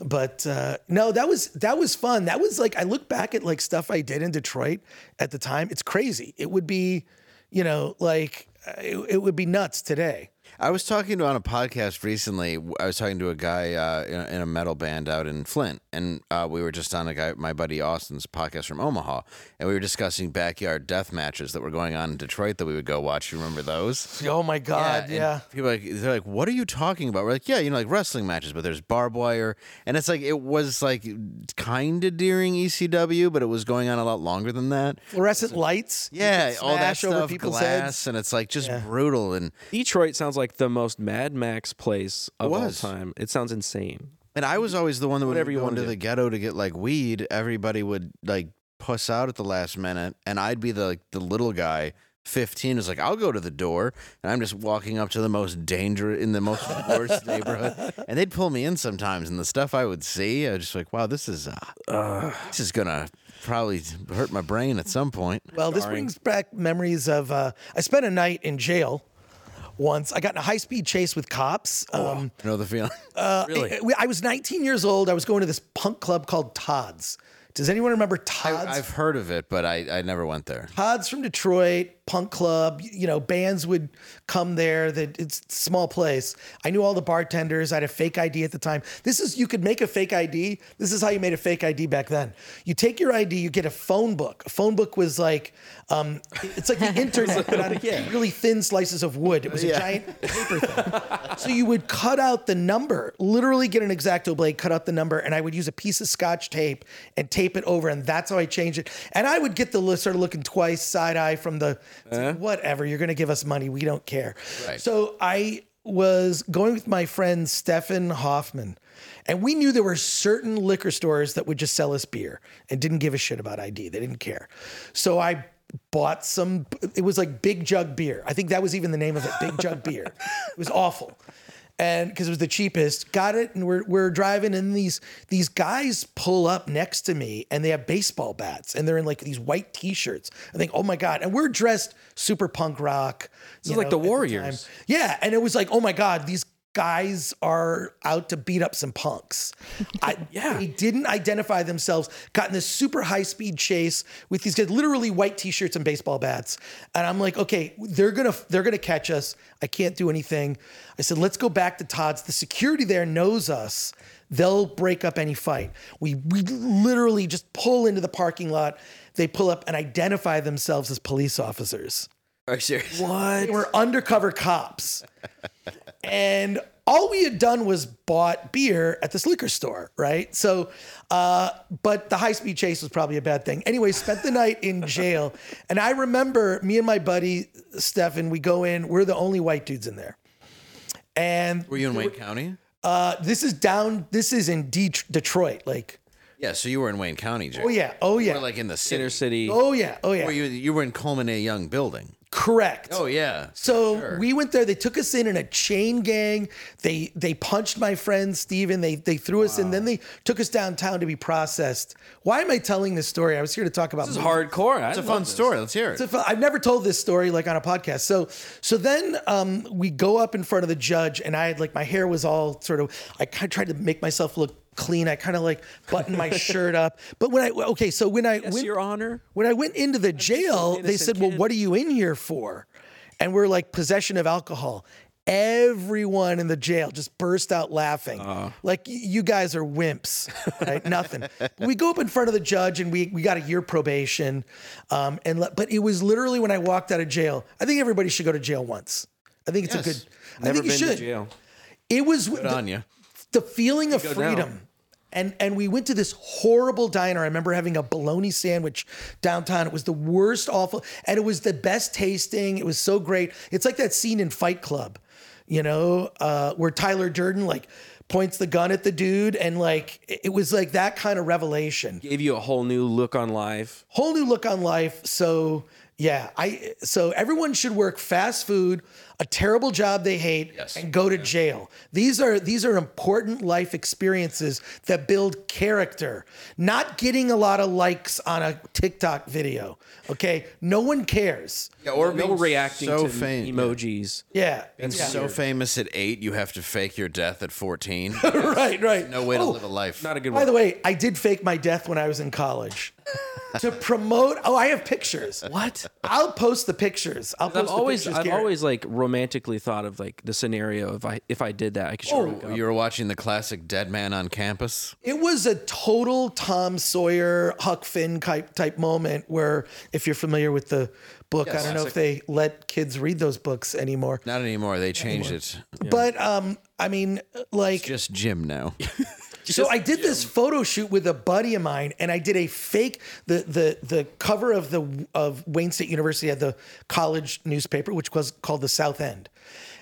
Speaker 8: but uh, no, that was that was fun. That was like I look back at like stuff I did in Detroit at the time. It's crazy. It would be, you know, like uh, it, it would be nuts today.
Speaker 3: I was talking to on a podcast recently. w- I was talking to a guy uh, in, in a metal band out in Flint, and uh, we were just on a guy, my buddy Austin's podcast from Omaha, and we were discussing backyard death matches that were going on in Detroit that we would go watch. You remember those?
Speaker 8: Oh my God,
Speaker 3: and
Speaker 8: yeah.
Speaker 3: People are like they're like, what are you talking about? We're like, yeah, you know, like wrestling matches, but there's barbed wire, and it's like it was like kind of during ECW, but it was going on a lot longer than that.
Speaker 8: Fluorescent lights. you
Speaker 3: Yeah,
Speaker 8: could
Speaker 3: all that
Speaker 8: smash
Speaker 3: stuff, glass, and it's like just brutal. And
Speaker 6: Detroit sounds like the most Mad Max place of all
Speaker 3: was.
Speaker 6: time. It sounds insane.
Speaker 3: and I was always the one that
Speaker 6: Whatever
Speaker 3: whenever
Speaker 6: you
Speaker 3: you went
Speaker 6: wanna
Speaker 3: to
Speaker 6: do.
Speaker 3: the ghetto to get like weed, everybody would like puss out at the last minute, and I'd be the like, the little guy. 15 is like I'll go to the door and I'm just walking up to the most dangerous in the most worst neighborhood and they'd pull me in sometimes and the stuff I would see I was just like wow this is uh, this is gonna probably hurt my brain at some point
Speaker 8: Well, this brings back memories of uh, I spent a night in jail once. I got in a high speed chase with cops.
Speaker 3: Oh,
Speaker 8: Um,
Speaker 3: you know the feeling
Speaker 8: I- I was 19 years old. I was going to this punk club called Todd's. Does anyone remember Todd's?
Speaker 3: I, I've heard of it, but I, I never went there.
Speaker 8: Pods from Detroit, punk club, y- you know, bands would come there. That it's a small place. I knew all the bartenders. I had a fake ID at the time. This is you could make a fake ID. This is how you made a fake ID back then. You take your ID, you get a phone book. A phone book was like um, it's like the internet, but on really thin slices of wood. It was a giant paper thing. so you would cut out the number, literally get an exacto blade, cut out the number, and I would use a piece of scotch tape and tape it over, and that's how I changed it. And I would get the list sort of looking twice, side eye from the it's like, whatever. You're going to give us money, we don't care. So I was going with my friend Stefan Hoffman. And we knew there were certain liquor stores that would just sell us beer and didn't give a shit about ID. They didn't care. So I bought some, it was like Big Jug Beer. I think that was even the name of it, Big Jug Beer. It was awful. And because it was the cheapest, got it, and we're, we're driving, and these these guys pull up next to me, and they have baseball bats, and they're in like these white T-shirts. I think, oh my god! And we're dressed super punk rock. This
Speaker 6: is like the Warriors.
Speaker 8: yeah, and it was like, oh my God, these guys are out to beat up some punks. I, yeah. They didn't identify themselves, got in this super high speed chase with these guys, literally white t-shirts and baseball bats. And I'm like, okay, they're gonna they're gonna catch us. I can't do anything. I said, let's go back to Todd's. The security there knows us. They'll break up any fight. We, we literally just pull into the parking lot. They pull up and identify themselves as police officers.
Speaker 6: Are you serious?
Speaker 8: They were undercover cops. and all we had done was bought beer at this liquor store, right? So, uh, but the high speed chase was probably a bad thing. Anyway, spent the night in jail. And I remember me and my buddy, Stefan, we go in, we're the only white dudes in there. And
Speaker 3: Were you in Wayne County?
Speaker 8: uh, this is down, this is in Det- Detroit. Like,
Speaker 3: Yeah, so you were in Wayne County, Jay.
Speaker 8: oh yeah, oh yeah.
Speaker 3: Or like in the city.
Speaker 6: Inner city.
Speaker 8: oh yeah, oh
Speaker 3: Or
Speaker 8: yeah.
Speaker 3: you, you were in Coleman A. Young building.
Speaker 8: Correct.
Speaker 3: Oh, yeah.
Speaker 8: So
Speaker 3: Sure.
Speaker 8: we went there. They took us in in a chain gang. They they punched my friend Steven. They they threw us in. Then they took us downtown to be processed. Why am I telling this story? I was here to talk about
Speaker 6: This is hardcore. It's
Speaker 3: It's a fun story. Let's hear it.
Speaker 8: it's a fu- I've never told this story like on a podcast. So so then um, we go up in front of the judge, and I had like my hair was all sort of. I kind of tried to make myself look clean. I kind of like buttoned my shirt up. But when I okay, so when I went,
Speaker 6: Your Honor.
Speaker 8: when I went into the jail, they said, "Well, what are you in here for?" And we're like, "Possession of alcohol." Everyone in the jail just burst out laughing,
Speaker 6: Uh-huh.
Speaker 8: like "Y- you guys are wimps, right? Nothing. We go up in front of the judge and we we got a year probation, um, and le- but it was literally when I walked out of jail. I think everybody should go to jail once. I think it's a good. I
Speaker 6: Never
Speaker 8: think
Speaker 6: been to
Speaker 8: you should.
Speaker 6: jail.
Speaker 8: It was the-
Speaker 3: on ya.
Speaker 8: the feeling of
Speaker 6: down.
Speaker 8: freedom. And and we went to this horrible diner. I remember having a bologna sandwich downtown. It was the worst, awful, and it was the best tasting. It was so great. It's like that scene in Fight Club, you know, uh, where Tyler Durden like points the gun at the dude, and like it- it was like that kind of revelation
Speaker 6: Gave you a whole new look on life.
Speaker 8: whole new look on life. So yeah, I so everyone should work fast food, a terrible job they hate, and go to jail. These are these are important life experiences that build character. Not getting a lot of likes on a TikTok video. Okay, no one cares.
Speaker 3: Yeah, or
Speaker 6: No
Speaker 3: being
Speaker 6: reacting
Speaker 3: so
Speaker 6: to
Speaker 3: fam-
Speaker 6: emojis.
Speaker 8: Yeah,
Speaker 3: Being
Speaker 8: yeah.
Speaker 3: so famous at eight, you have to fake your death at 14.
Speaker 8: right, right.
Speaker 3: no way to
Speaker 8: Oh,
Speaker 3: live a life.
Speaker 6: Not a good
Speaker 8: By
Speaker 6: one.
Speaker 8: the way, I did fake my death when I was in college to promote. Oh, I have pictures.
Speaker 6: What?
Speaker 8: I'll post the pictures. I'll post
Speaker 6: I've always
Speaker 8: the
Speaker 6: I've
Speaker 8: pictures. Garrett.
Speaker 6: always like romantically thought of like the scenario of I if I did that I could show
Speaker 3: Oh, you were watching the classic Dead Man on Campus.
Speaker 8: It was a total Tom Sawyer, Huck Finn type type moment where, if you're familiar with the book, I don't know if they let kids read those books anymore.
Speaker 3: Not anymore. They changed it.
Speaker 8: But um, I mean, like,
Speaker 3: Just Jim now.
Speaker 8: so I did this photo shoot with a buddy of mine, and I did a fake the the the cover of the of Wayne State University had the college newspaper, which was called the South End.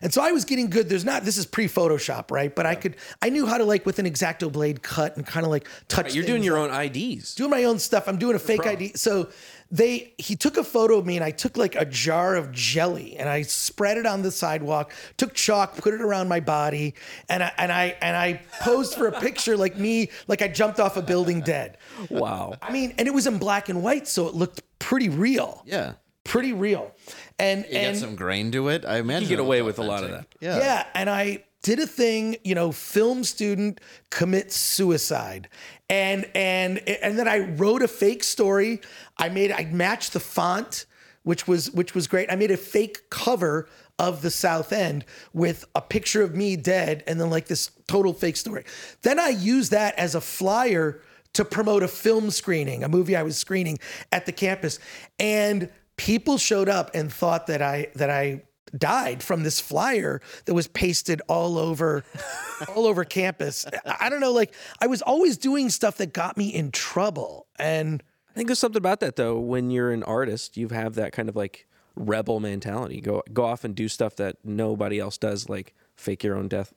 Speaker 8: And so I was getting good. There's not this is pre Photoshop, right? But I could I knew how to like with an exacto blade cut and kind of like touch.
Speaker 6: You're doing
Speaker 8: things
Speaker 6: your own IDs.
Speaker 8: doing my own stuff. I'm doing a fake ID. So they he took a photo of me and I took like a jar of jelly and I spread it on the sidewalk, took chalk, put it around my body, and I and I and I posed for a picture like me, like I jumped off a building dead.
Speaker 6: Wow.
Speaker 8: I mean, and it was in black and white, so it looked pretty real.
Speaker 3: Yeah.
Speaker 8: Pretty real. And
Speaker 3: You
Speaker 8: and
Speaker 3: got some grain to it. I imagine
Speaker 6: You get
Speaker 3: it
Speaker 6: away
Speaker 3: looked
Speaker 6: with a lot of
Speaker 3: authentic.
Speaker 8: yeah. and I did a thing, you know, film student commits suicide. And and and then I wrote a fake story. I made I matched the font, which was which was great. I made a fake cover of the South End with a picture of me dead and then like this total fake story. Then I used that as a flyer to promote a film screening, a movie I was screening at the campus, and people showed up and thought that I that I died from this flyer that was pasted all over all over campus. I I don't know, like I was always doing stuff that got me in trouble, and
Speaker 6: I think there's something about that though. When you're an artist, you have that kind of like rebel mentality. Go go off and do stuff that nobody else does, like fake your own death.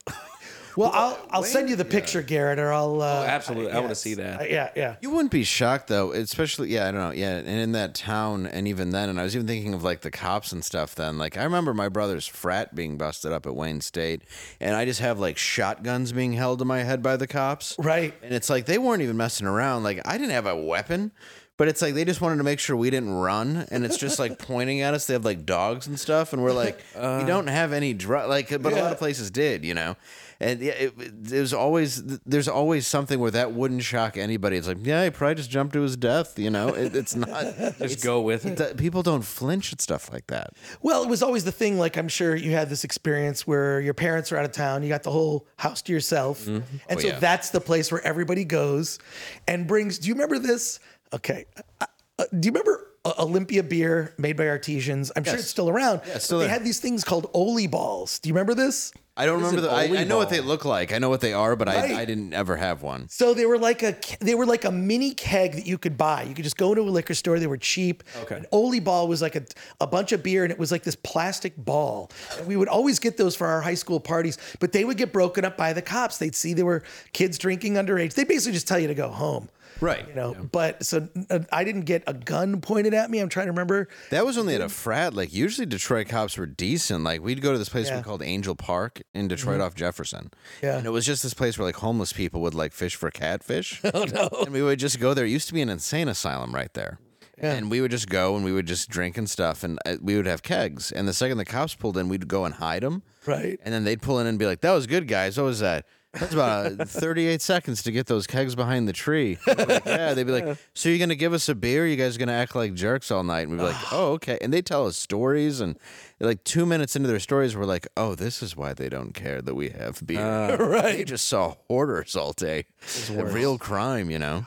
Speaker 8: well, I'll I'll send you the picture, Garrett, or I'll
Speaker 6: Oh,
Speaker 8: uh,
Speaker 6: absolutely. I wanna see that.
Speaker 8: Uh, yeah, yeah.
Speaker 3: You wouldn't be shocked though, especially yeah, I don't know, yeah, and in that town, and even then, and I was even thinking of like the cops and stuff. Then, like I remember my brother's frat being busted up at Wayne State, and I just have like shotguns being held to my head by the cops,
Speaker 8: Right.
Speaker 3: And it's like they weren't even messing around. Like I didn't have a weapon, but it's like they just wanted to make sure we didn't run, and it's just like pointing at us. They have like dogs and stuff, and we're like,
Speaker 6: Uh.
Speaker 3: we don't have any drug. Like, but a lot of places did, you know. And yeah, it, it, it was always there's always something where that wouldn't shock anybody. It's like, yeah, he probably just jumped to his death, you know. It, it's not
Speaker 6: Just go with it.
Speaker 3: that people don't flinch at stuff like that.
Speaker 8: Well, it was always the thing. Like I'm sure you had this experience where your parents are out of town, you got the whole house to yourself,
Speaker 3: Mm-hmm. Oh,
Speaker 8: and so that's the place where everybody goes and brings. Do you remember this? Okay, Uh, uh, do you remember uh, Olympia beer made by artisans? I'm sure it's still around. Yeah,
Speaker 3: it's still
Speaker 8: they
Speaker 3: there.
Speaker 8: had these things called Oli balls. Do you remember this?
Speaker 3: I don't
Speaker 6: What is
Speaker 3: remember. The,
Speaker 6: an
Speaker 3: I,
Speaker 6: Oli
Speaker 3: I know what they
Speaker 6: ball?
Speaker 3: look like. I know what they are, but
Speaker 8: Right.
Speaker 3: I, I didn't ever have one.
Speaker 8: So they were like a they were like a mini keg that you could buy. You could just go to a liquor store. They were cheap. Okay. An Oli ball was like a, a bunch of beer, and it was like this plastic ball. And we would always get those for our high school parties, but they would get broken up by the cops. They'd see there were kids drinking underage. They basically just tell you to go home.
Speaker 3: Right.
Speaker 8: You know. But so uh, I didn't get a gun pointed at me. I'm trying to remember.
Speaker 3: That was only at
Speaker 8: Mm-hmm.
Speaker 3: a frat. Like usually Detroit cops were decent. Like we'd go to this place
Speaker 8: Yeah. Mm-hmm.
Speaker 3: we called Angel Park in Detroit off Jefferson.
Speaker 8: Yeah.
Speaker 3: And it was just this place where like homeless people would like fish for catfish. Oh no. And we would just go there. It used to be an insane asylum right there. And we would just go and we would just drink and stuff and uh, we would have kegs. And the second the cops pulled in, we'd go and hide them.
Speaker 8: Right.
Speaker 3: And then they'd pull in and be like, "That was good, guys. What was that?" That's about uh, 38 seconds to get those kegs behind the tree. We're like, yeah, they'd be like, "So you're gonna give us a beer? You guys gonna act like jerks all night?" And we'd be like, "Oh, okay." And they tell us stories, and like two minutes into their stories, we're like, "Oh, this is why they don't care that we have beer. right? They just saw hoarders all day. A real crime, you know."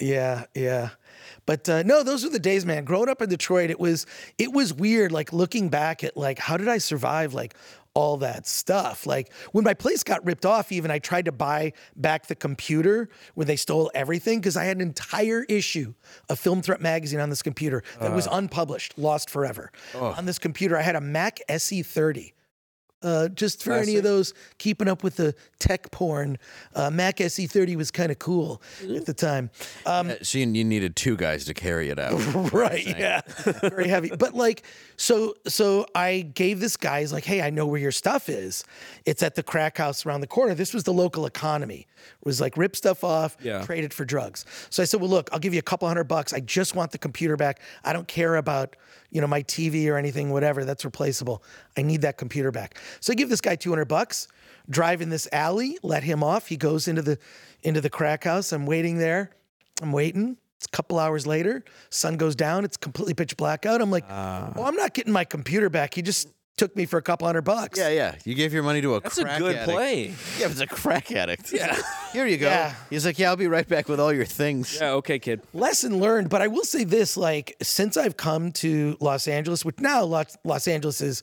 Speaker 8: Yeah, yeah. But uh, no, those were the days, man. Growing up in Detroit, it was it was weird. Like looking back at like how did I survive like all that stuff? Like when my place got ripped off, even I tried to buy back the computer when they stole everything because I had an entire issue of Film Threat magazine on this computer that was unpublished, lost forever. On this computer, I had a Mac SE thirty. Uh, just for any of those keeping up with the tech porn, uh, Mac SE30 was kind of cool at the time.
Speaker 3: Uh, so you, you needed two guys to carry it out.
Speaker 8: right yeah very heavy but like so so i gave this guy he's like hey i know where your stuff is it's at the crack house around the corner this was the local economy it was like rip stuff off
Speaker 6: Yeah.
Speaker 8: trade it for drugs so i said well look i'll give you a couple hundred bucks i just want the computer back i don't care about you know my tv or anything whatever that's replaceable i need that computer back so i give this guy 200 bucks drive in this alley let him off he goes into the into the crack house i'm waiting there I'm waiting. It's a couple hours later. Sun goes down. It's completely pitch black out. I'm like, oh, I'm not getting my computer back. He just took me for a couple hundred bucks.
Speaker 3: Yeah, yeah. You gave your money to a
Speaker 6: That's
Speaker 3: crack
Speaker 6: a good
Speaker 3: addict.
Speaker 6: play.
Speaker 3: Yeah, but it's a crack addict. Yeah. Here you go.
Speaker 8: Yeah.
Speaker 3: He's like, yeah, I'll be right back with all your things.
Speaker 6: Yeah, okay, kid.
Speaker 8: Lesson learned. But I will say this: like, since I've come to Los Angeles, which now Los, Los Angeles is,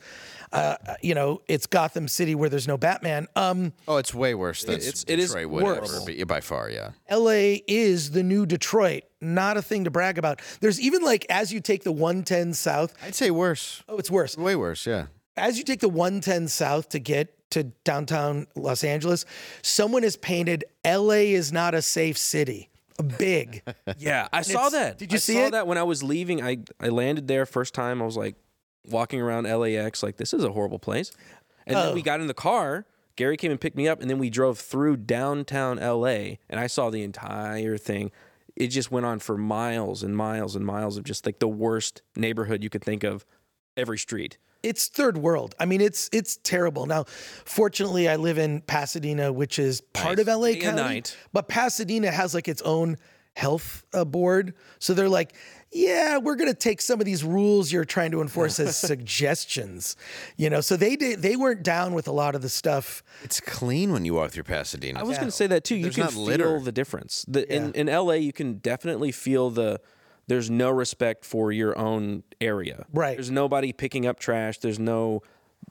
Speaker 8: uh, you know, it's Gotham City where there's no Batman. Um,
Speaker 3: Oh, it's way worse than
Speaker 6: It's-
Speaker 3: it's,
Speaker 6: it is
Speaker 3: Detroit would ever
Speaker 6: worse.
Speaker 3: be, by far. Yeah.
Speaker 8: LA is the new Detroit. Not a thing to brag about. There's even like as you take the 110 south.
Speaker 3: I'd say worse.
Speaker 8: Oh, it's worse.
Speaker 3: Way worse. Yeah.
Speaker 8: as you take the 110 south to get to downtown Los Angeles, someone has painted LA is not a safe city. Big.
Speaker 6: Yeah, I saw
Speaker 8: it's-
Speaker 6: that.
Speaker 8: did you
Speaker 6: I
Speaker 8: see
Speaker 6: saw
Speaker 8: it?
Speaker 6: that when I was leaving. I I landed there first time. I was like walking around LAX, like this is a horrible place. And then we
Speaker 8: Oh.
Speaker 6: got in the car. Gary came and picked me up, and then we drove through downtown LA, and I saw the entire thing. It just went on for miles and miles and miles of just like the worst neighborhood you could think of, every street.
Speaker 8: it's third world. I mean, it's it's terrible. Now, fortunately, I live in Pasadena, which is part
Speaker 6: Nice.
Speaker 8: of LA
Speaker 6: Day and
Speaker 8: County,
Speaker 6: night.
Speaker 8: but Pasadena has like its own health uh, board, so they're like. Yeah, we're gonna take some of these rules you're trying to enforce as suggestions, you know. So they did, they weren't down with a lot of the stuff.
Speaker 3: It's clean when you walk through Pasadena.
Speaker 6: I was going to say that too. You
Speaker 3: There's
Speaker 6: can
Speaker 3: not
Speaker 6: feel
Speaker 3: litter.
Speaker 6: the difference. The, in, in LA, you can definitely feel the. There's no respect for your own area.
Speaker 8: Right.
Speaker 6: There's nobody picking up trash. There's no.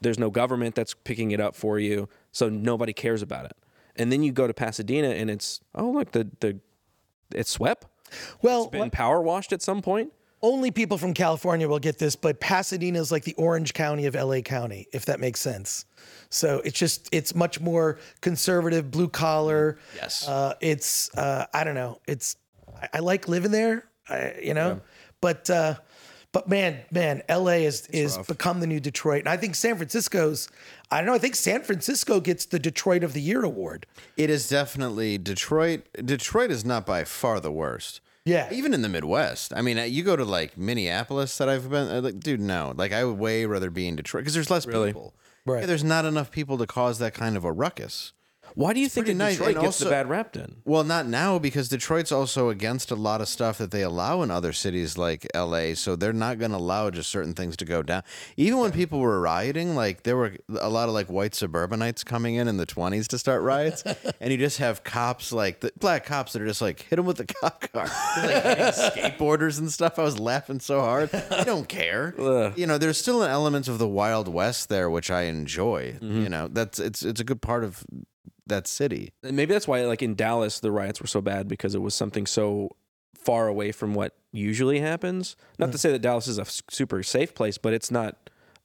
Speaker 6: There's no government that's picking it up for you, so nobody cares about it. And then you go to Pasadena, and it's oh look the the, it's swept,
Speaker 8: Well,
Speaker 6: been power washed at some point.
Speaker 8: only people from California will get this, but Pasadena is like the Orange County of LA County, if that makes sense. So it's just it's much more conservative, blue collar. Yes. Uh, it's uh, I don't know. It's I, I like living there. I, you know, but uh, but man, man, LA is is become the new Detroit, and I think San Francisco's. I don't know. I think San Francisco gets the Detroit of the Year award.
Speaker 3: It is definitely Detroit. Detroit is not by far the worst.
Speaker 8: Yeah.
Speaker 3: Even in the Midwest. I mean, uh, you go to like Minneapolis that I've been, uh, like, dude, no. Like, I would way rather be in Detroit because there's less people.
Speaker 8: Right.
Speaker 3: Yeah, there's not enough people to cause that kind of a ruckus.
Speaker 6: Why do you think
Speaker 3: pretty
Speaker 6: that
Speaker 3: nice,
Speaker 6: Detroit
Speaker 3: and
Speaker 6: gets the
Speaker 3: also-
Speaker 6: bad rap then?
Speaker 3: Well, not now because Detroit's also against a lot of stuff that they allow in other cities like LA. So they're not going to allow just certain things to go down. Even when people were rioting, like there were a lot of like white suburbanites coming in in the 20s to start riots. and you just have cops like the black cops that are just like hit them with the cop car. They're, like, hitting skateboarders and stuff. I was laughing so hard. I don't care. You know, there's still an element of the Wild West there, which I enjoy. You know, that's it's it's a good part of that city.
Speaker 6: And maybe that's why like in Dallas the riots were so bad because it was something so far away from what usually happens. Not
Speaker 3: Hmm.
Speaker 6: to say that Dallas is a s- super safe place, but it's not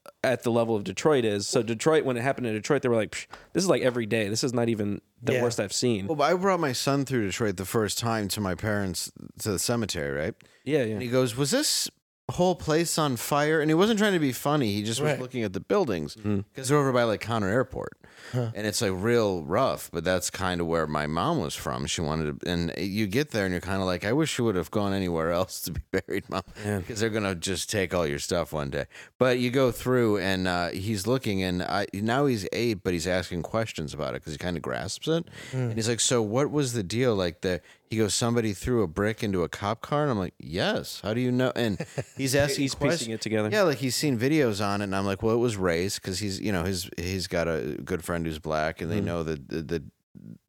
Speaker 6: uh, at the level of Detroit is. So Detroit when it happened in Detroit they were like "Psh, this is like every day. This is not even the
Speaker 8: Yeah.
Speaker 6: worst I've seen.
Speaker 3: Well, but I brought my son through Detroit the first time to my parents to the cemetery, right?
Speaker 6: yeah,
Speaker 3: And he
Speaker 6: yeah.
Speaker 3: goes, "Was this whole place on fire?" And he wasn't trying to be funny. He just
Speaker 8: Right.
Speaker 3: was looking at the buildings because they're over by like Conner Airport, and it's like real rough. But that's kind of where my mom was from. She wanted to, and you get there and you're kind of like, "I wish you would have gone anywhere else to be buried, mom," because they're gonna just take all your stuff one day. But you go through and uh, he's looking, and I now he's eight, but he's asking questions about it because he kind of grasps it,
Speaker 6: Hmm.
Speaker 3: and he's like, "So what was the deal?" Like the he goes, "Somebody threw a brick into a cop car," and I'm like, "Yes, how do you know?" And he's asking,
Speaker 6: He's piecing
Speaker 3: questions-
Speaker 6: it together.
Speaker 3: Yeah, like he's seen videos on it, and I'm like, "Well, it was race because he's you know his he's got a good friend who's black, and they know that the, the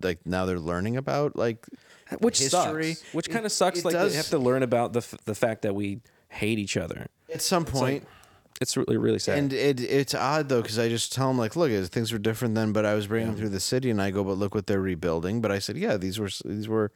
Speaker 3: like now they're learning about like."
Speaker 6: Which
Speaker 3: history.
Speaker 6: sucks. Which
Speaker 3: It-
Speaker 6: kind of sucks
Speaker 3: it
Speaker 6: like
Speaker 3: does-
Speaker 6: they have to learn about the f- the fact that we hate each other.
Speaker 3: At some point,
Speaker 6: It's really really sad.
Speaker 3: And it, it's odd though because I just tell them like, look, it- things were different then. But I was bringing them through the city, and I go, but look what they're rebuilding. But I said, yeah, these were these were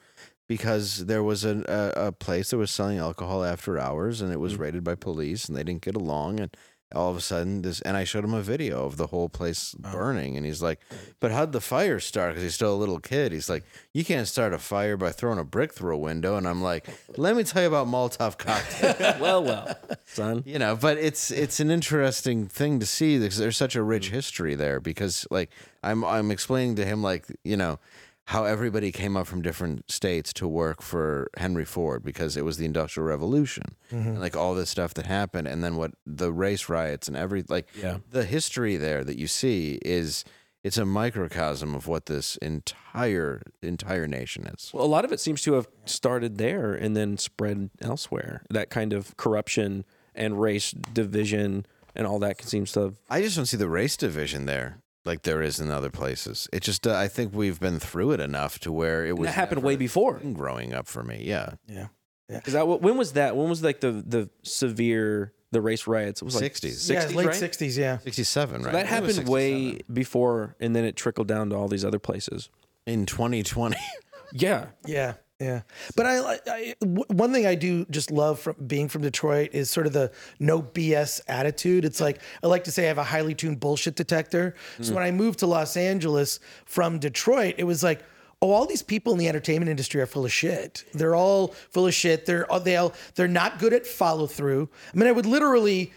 Speaker 3: because there was an, a a place that was selling alcohol after hours, and it
Speaker 6: Mm.
Speaker 3: was raided by police, and they didn't get along, and all of a sudden this. And I showed him a video of the whole place
Speaker 6: Oh.
Speaker 3: burning, and he's like, but how'd the fire start? Because he's still a little kid. He's like, you can't start a fire by throwing a brick through a window. And I'm like, let me tell you about Molotov cocktails
Speaker 6: well, well, son.
Speaker 3: you know but it's it's an interesting thing to see because there's such a rich history there because like i'm i'm explaining to him like you know how everybody came up from different states to work for henry ford because it was the industrial revolution and like all this stuff that happened and then what the race riots and every like
Speaker 6: Yeah.
Speaker 3: the history there that you see is it's a microcosm of what this entire entire nation is
Speaker 6: Well, a lot of it seems to have started there and then spread elsewhere. That kind of corruption and race division and all that seems to have.
Speaker 3: I just don't see the race division there like there is in other places. It just uh, I think we've been through it enough to where it was
Speaker 6: That happened
Speaker 3: never
Speaker 6: way
Speaker 3: a
Speaker 6: before.
Speaker 3: thing growing up for me. Yeah,
Speaker 6: Is that what, when was that? When was like the the severe the race riots? It was like
Speaker 3: 60s.
Speaker 8: yeah, late
Speaker 6: right?
Speaker 8: '60s. Yeah,
Speaker 3: sixty seven. Right.
Speaker 6: That
Speaker 3: I think it was
Speaker 6: happened way
Speaker 3: 67.
Speaker 6: before, and then it trickled down to all these other places.
Speaker 3: in twenty twenty.
Speaker 6: Yeah,
Speaker 8: Yeah, yeah. But I, I- I- w- one thing I do just love from being from Detroit is sort of the no BS attitude. It's like I like to say I have a highly tuned bullshit detector. So when I moved to Los Angeles from Detroit, it was like. Oh, all these people in the entertainment industry are full of shit. They're all full of shit. They're they all they're not good at follow through. I mean, I would literally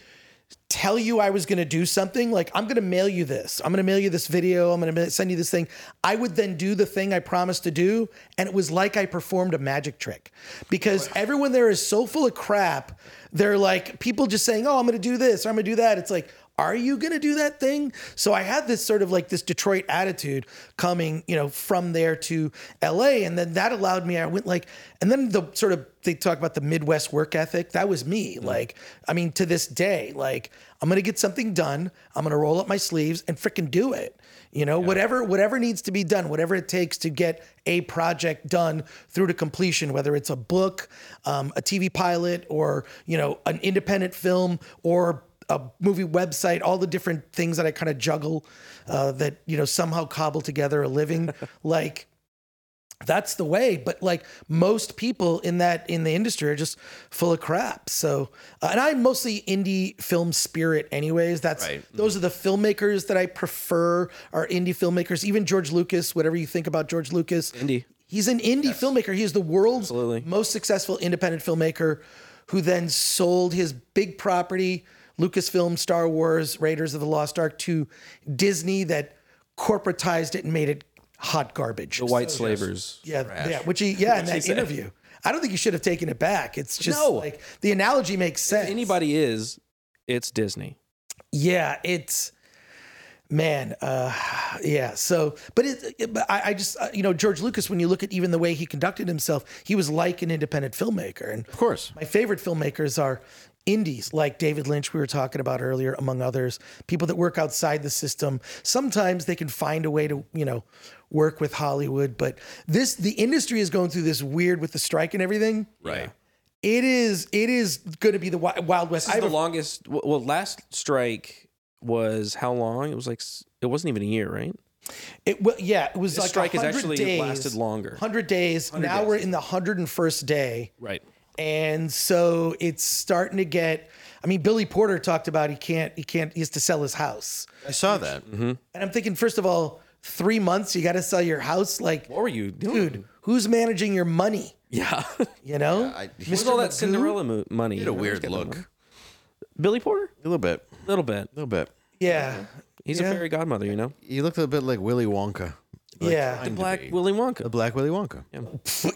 Speaker 8: tell you I was going to do something, like I'm going to mail you this, I'm going to mail you this video, I'm going to send you this thing, I would then do the thing I promised to do. And it was like I performed a magic trick because everyone there is so full of crap. They're like, people just saying, oh, I'm going to do this or I'm going to do that. It's like, are you going to do that thing? So I had this sort of like this Detroit attitude coming, you know, from there to LA. And then that allowed me, I went like, and then the sort of, they talk about the Midwest work ethic. That was me. Like, I mean, to this day, like, I'm going to get something done. I'm going to roll up my sleeves and freaking do it. You know, whatever whatever needs to be done, whatever it takes to get a project done through to completion, whether it's a book, um, a TV pilot, or you know, an independent film, or a movie website, all the different things that I kind of juggle, uh, that you know somehow cobble together a living. like that's the way but like most people in that in the industry are just full of crap so uh, and i'm mostly indie film spirit anyways that's
Speaker 6: Mm-hmm.
Speaker 8: those are the filmmakers that i prefer are indie filmmakers even george lucas whatever you think about george lucas
Speaker 6: Indie.
Speaker 8: he's an indie filmmaker he is the world's
Speaker 6: Absolutely.
Speaker 8: most successful independent filmmaker who then sold his big property lucasfilm star wars raiders of the lost ark to disney that corporatized it and made it hot garbage
Speaker 6: The white slavers.
Speaker 8: yeah, yeah. Which he, yeah, in that interview, I don't think you should have taken it back. It's just
Speaker 6: No.
Speaker 8: like the analogy makes sense.
Speaker 6: Anybody is, it's Disney.
Speaker 8: yeah, it's man, uh, yeah. So, but it, it- but I, I just uh, you know George Lucas. When you look at even the way he conducted himself, he was like an independent filmmaker. And
Speaker 3: Of course.
Speaker 8: my favorite filmmakers are indies like David Lynch, we were talking about earlier, among others, people that work outside the system. Sometimes they can find a way to, you know, work with Hollywood, but this, the industry is going through this weird with the strike and everything.
Speaker 3: Right.
Speaker 8: It is, it is going to be the wi- Wild West.
Speaker 6: This
Speaker 8: I
Speaker 6: is
Speaker 8: have
Speaker 6: the
Speaker 8: a-
Speaker 6: longest. w- Well, last strike was how long? It was like s- it wasn't even a year, right?
Speaker 8: It well, yeah, it was
Speaker 6: This
Speaker 8: like
Speaker 6: strike has
Speaker 8: 100
Speaker 6: actually
Speaker 8: days,
Speaker 6: lasted longer.
Speaker 8: 100 days. now we're in the 101st day.
Speaker 6: Right.
Speaker 8: and so it's starting to get i mean billy porter talked about he can't he can't he has to sell his house
Speaker 3: I saw that.
Speaker 6: Mm-hmm.
Speaker 8: and i'm thinking first of all three months you got to sell your house like
Speaker 6: What were you doing?
Speaker 8: dude who's managing your money
Speaker 6: Yeah.
Speaker 8: you know
Speaker 6: Where's all that Cinderella mo- money?
Speaker 3: He had a
Speaker 6: Everyone's
Speaker 3: weird
Speaker 6: got that
Speaker 3: look.
Speaker 6: money. Billy Porter?
Speaker 3: A little bit.
Speaker 6: A little bit.
Speaker 3: A little bit.
Speaker 8: yeah
Speaker 6: He's
Speaker 8: Yeah.
Speaker 6: a fairy godmother, you know?
Speaker 3: He looked a bit like Willy Wonka.
Speaker 8: yeah
Speaker 3: trying-
Speaker 6: Black
Speaker 3: be.
Speaker 6: Willy Wonka.
Speaker 3: The Black Willy Wonka.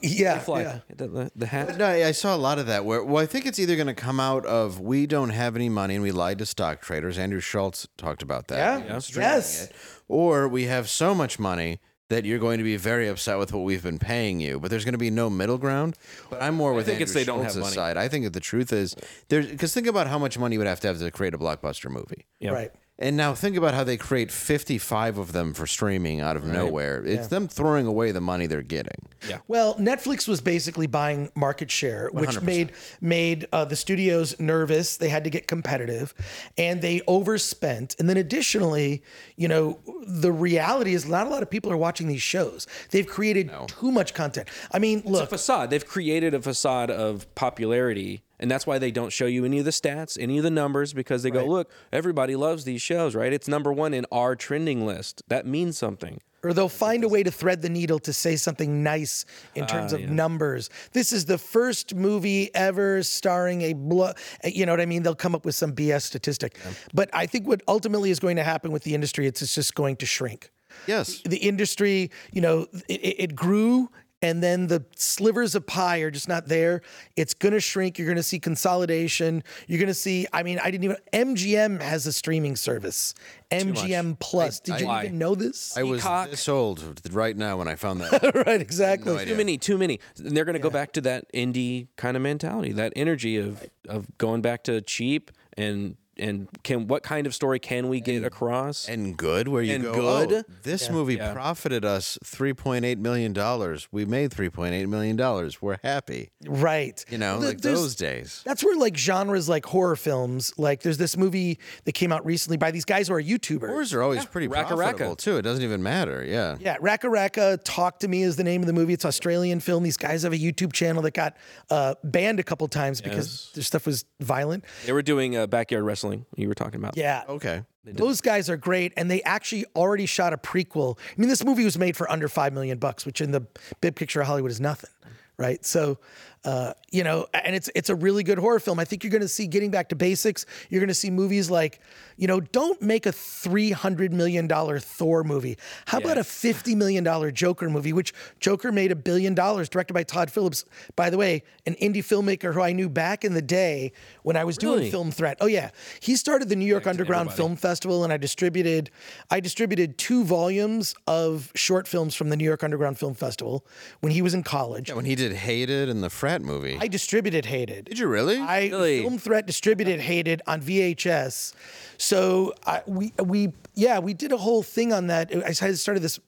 Speaker 8: yeah
Speaker 6: fly.
Speaker 8: yeah
Speaker 6: The, the, the hat.
Speaker 3: No, I I saw a lot of that. Where, well, I think it's either going to come out of we don't have any money and we lied to stock traders. Andrew Schultz talked about that.
Speaker 8: Yeah.
Speaker 3: Streaming
Speaker 8: Yes.
Speaker 3: it. Or we have so much money that you're going to be very upset with what we've been paying you. But there's going to be no middle ground. But I'm more with
Speaker 6: think it's
Speaker 3: Andrew
Speaker 6: they don't have
Speaker 3: Schultz's
Speaker 6: money.
Speaker 3: side. I think that the truth is there's because think about how much money you would have to have to create a blockbuster movie.
Speaker 6: Yeah.
Speaker 8: right
Speaker 3: And now think about how they create 55 of them for streaming out of nowhere. It's them throwing away the money they're getting.
Speaker 8: Well, Netflix was basically buying market share, which made made uh, the studios nervous. They had to get competitive, and they overspent. And then, additionally, you know, the reality is not a lot of people are watching these shows. They've created too much content. I mean, look,
Speaker 6: Facade. They've created a facade of popularity. And that's why they don't show you any of the stats, any of the numbers, because they go, look, everybody loves these shows, right? It's number one in our trending list. That means something.
Speaker 8: or they'll find a way to thread the needle to say something nice
Speaker 6: Ah,
Speaker 8: in terms of numbers. This is the first movie ever starring a blood. You know what I mean? They'll come up with some BS statistic. But I think what ultimately is going to happen with the industry, it's, it's just going to shrink.
Speaker 3: Yes.
Speaker 8: The industry, you know, it, it it grew. And then the slivers of pie are just not there. It's gonna shrink. You're gonna see consolidation. You're gonna see. I mean, I didn't even. MGM has a streaming service, MGM Plus. Did you
Speaker 6: I-
Speaker 8: even know this?
Speaker 3: I was
Speaker 6: Peacock.
Speaker 3: this old right now when I found that.
Speaker 8: right, exactly.
Speaker 6: Too many, too many. And they're going to go back to that indie kind of mentality, that energy of of going back to cheap and and can what kind of story can we get across?
Speaker 3: and good where you
Speaker 6: And
Speaker 3: go
Speaker 6: good.
Speaker 3: "Oh, this movie profited us 3.8 million dollars we made 3.8 million dollars we're happy
Speaker 8: Right.
Speaker 3: you know
Speaker 8: Th-
Speaker 3: like
Speaker 8: there's-
Speaker 3: those days
Speaker 8: That's where like genres like horror films, like there's this movie that came out recently by these guys who are YouTubers.
Speaker 3: Wars are always pretty
Speaker 6: Raka Raka.
Speaker 3: profitable too it doesn't even matter yeah
Speaker 8: Yeah, Raka Raka Talk to Me is the name of the movie. It's Australian film. These guys have a YouTube channel that got uh, banned a couple times because their stuff was violent.
Speaker 6: They were doing uh, backyard wrestling. You were talking about.
Speaker 8: Yeah.
Speaker 3: okay
Speaker 8: Those guys are great, and they actually already shot a prequel. I mean, this movie was made for under five million bucks, which in the big picture of Hollywood is nothing, right? So, Uh, you know, and it's it's a really good horror film. I think you're going to see getting back to basics. You're going to see movies like, you know, don't make a three hundred million dollar Thor movie. How about a fifty million dollar Joker movie, which Joker made a billion dollars, directed by Todd Phillips. By the way, an indie filmmaker who I knew back in the day when I was
Speaker 2: Really?
Speaker 8: doing Film Threat. Oh yeah, he started the New York Underground Film Festival, and I distributed, I distributed two volumes of short films from the New York Underground Film Festival when he was in college.
Speaker 3: When he did Hated and the Frat movie.
Speaker 8: I distributed Hated.
Speaker 3: did you really?
Speaker 8: I Film Threat distributed Hated on VHS. So I, we we yeah we did a whole thing on that. I started this.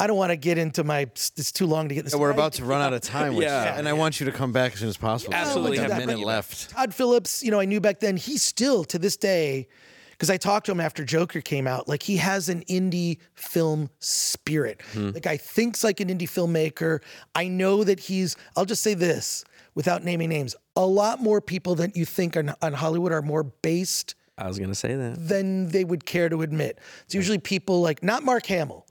Speaker 8: I don't want to get into my. It's too long to get this.
Speaker 3: We're about to run out of time. Which, yeah, and I want you to come back as soon as possible.
Speaker 6: Absolutely.
Speaker 3: Like a
Speaker 6: Yeah,
Speaker 3: minute left.
Speaker 8: Todd Phillips, you know, I knew back then, he still to this day, because I talked to him after Joker came out, like he has an indie film spirit.
Speaker 3: Hmm.
Speaker 8: The guy thinks like an indie filmmaker. I know that he's, I'll just say this without naming names, a lot more people than you think on, on Hollywood are more based
Speaker 6: I was gonna say that.
Speaker 8: than they would care to admit. It's usually people like, not Mark Hamill,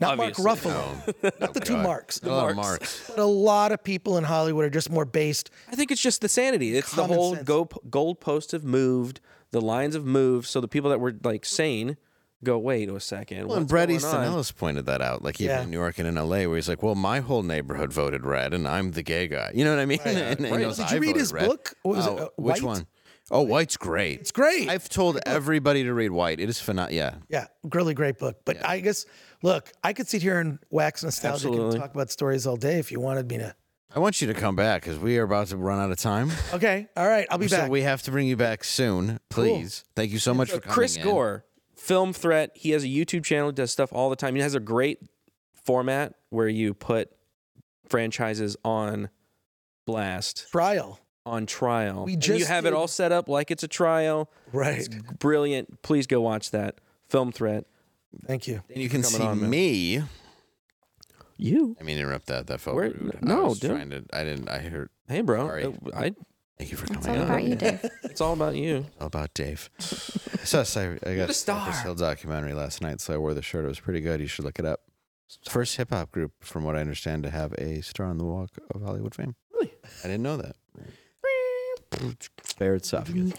Speaker 8: not Mark Ruffalo, not the two Marks.
Speaker 3: Oh, A lot of marks.
Speaker 8: But a lot of people in Hollywood are just more based
Speaker 6: I think it's just the sanity. It's the
Speaker 8: Common
Speaker 6: whole
Speaker 8: sense.
Speaker 6: go, goalposts have moved. The lines have moved. So the people that were like sane go, wait a second.
Speaker 3: Well, and
Speaker 6: what's
Speaker 3: Brett
Speaker 6: going
Speaker 3: Easton
Speaker 6: on?"
Speaker 3: Ellis pointed that out, like even
Speaker 8: Yeah.
Speaker 3: in New York and in LA, where he's like, "Well, my whole neighborhood voted red, and I'm the gay guy." You know what I mean? And, and he
Speaker 8: Right.
Speaker 3: goes,
Speaker 8: Did you
Speaker 3: "I
Speaker 8: read
Speaker 3: voted
Speaker 8: his
Speaker 3: red."
Speaker 8: book? What was it,
Speaker 3: Oh,
Speaker 8: uh,
Speaker 3: which
Speaker 8: White?
Speaker 3: one? Oh, White's great.
Speaker 8: It's great.
Speaker 3: I've told everybody to read White. It is phenomenal. Yeah,
Speaker 8: Yeah, really great book. But I guess, look, I could sit here and wax nostalgic
Speaker 6: Absolutely.
Speaker 8: and talk about stories all day if you wanted me to.
Speaker 3: I want you to come back because we are about to run out of time.
Speaker 8: Okay, all right, I'll be
Speaker 3: so
Speaker 8: back.
Speaker 3: we have to bring you back soon, please. Thank you so much for coming.
Speaker 6: Chris
Speaker 3: in.
Speaker 6: Gore, Film Threat. He has a YouTube channel, does stuff all the time. He has a great format where you put franchises on blast,
Speaker 8: Trial,
Speaker 6: on trial.
Speaker 8: We
Speaker 6: And you
Speaker 8: just
Speaker 6: have it
Speaker 8: did-
Speaker 6: all set up like it's a trial.
Speaker 8: right?
Speaker 6: Brilliant. Please go watch that. Film Threat.
Speaker 8: Thank you.
Speaker 3: And you can see
Speaker 6: coming on, man.
Speaker 3: me.
Speaker 6: You.
Speaker 3: I mean, interrupt that. That felt
Speaker 6: Where-
Speaker 3: rude.
Speaker 6: no,
Speaker 3: I was
Speaker 6: dude.
Speaker 3: trying to. I didn't. I heard.
Speaker 6: Hey, bro. Uh,
Speaker 3: Sorry.
Speaker 6: I,
Speaker 3: Thank you for
Speaker 7: It's
Speaker 3: coming
Speaker 7: all
Speaker 3: on.
Speaker 7: about you, Dave.
Speaker 6: it's all about you.
Speaker 3: All about Dave. Sus, I, I got
Speaker 6: a star.
Speaker 3: Cypress Hill documentary last night, so I wore the shirt. It was pretty good. You should look it up. First hip hop group, from what I understand, to have a star on the Walk of Hollywood fame.
Speaker 6: Really?
Speaker 3: I didn't know that. Barrett Sophagus.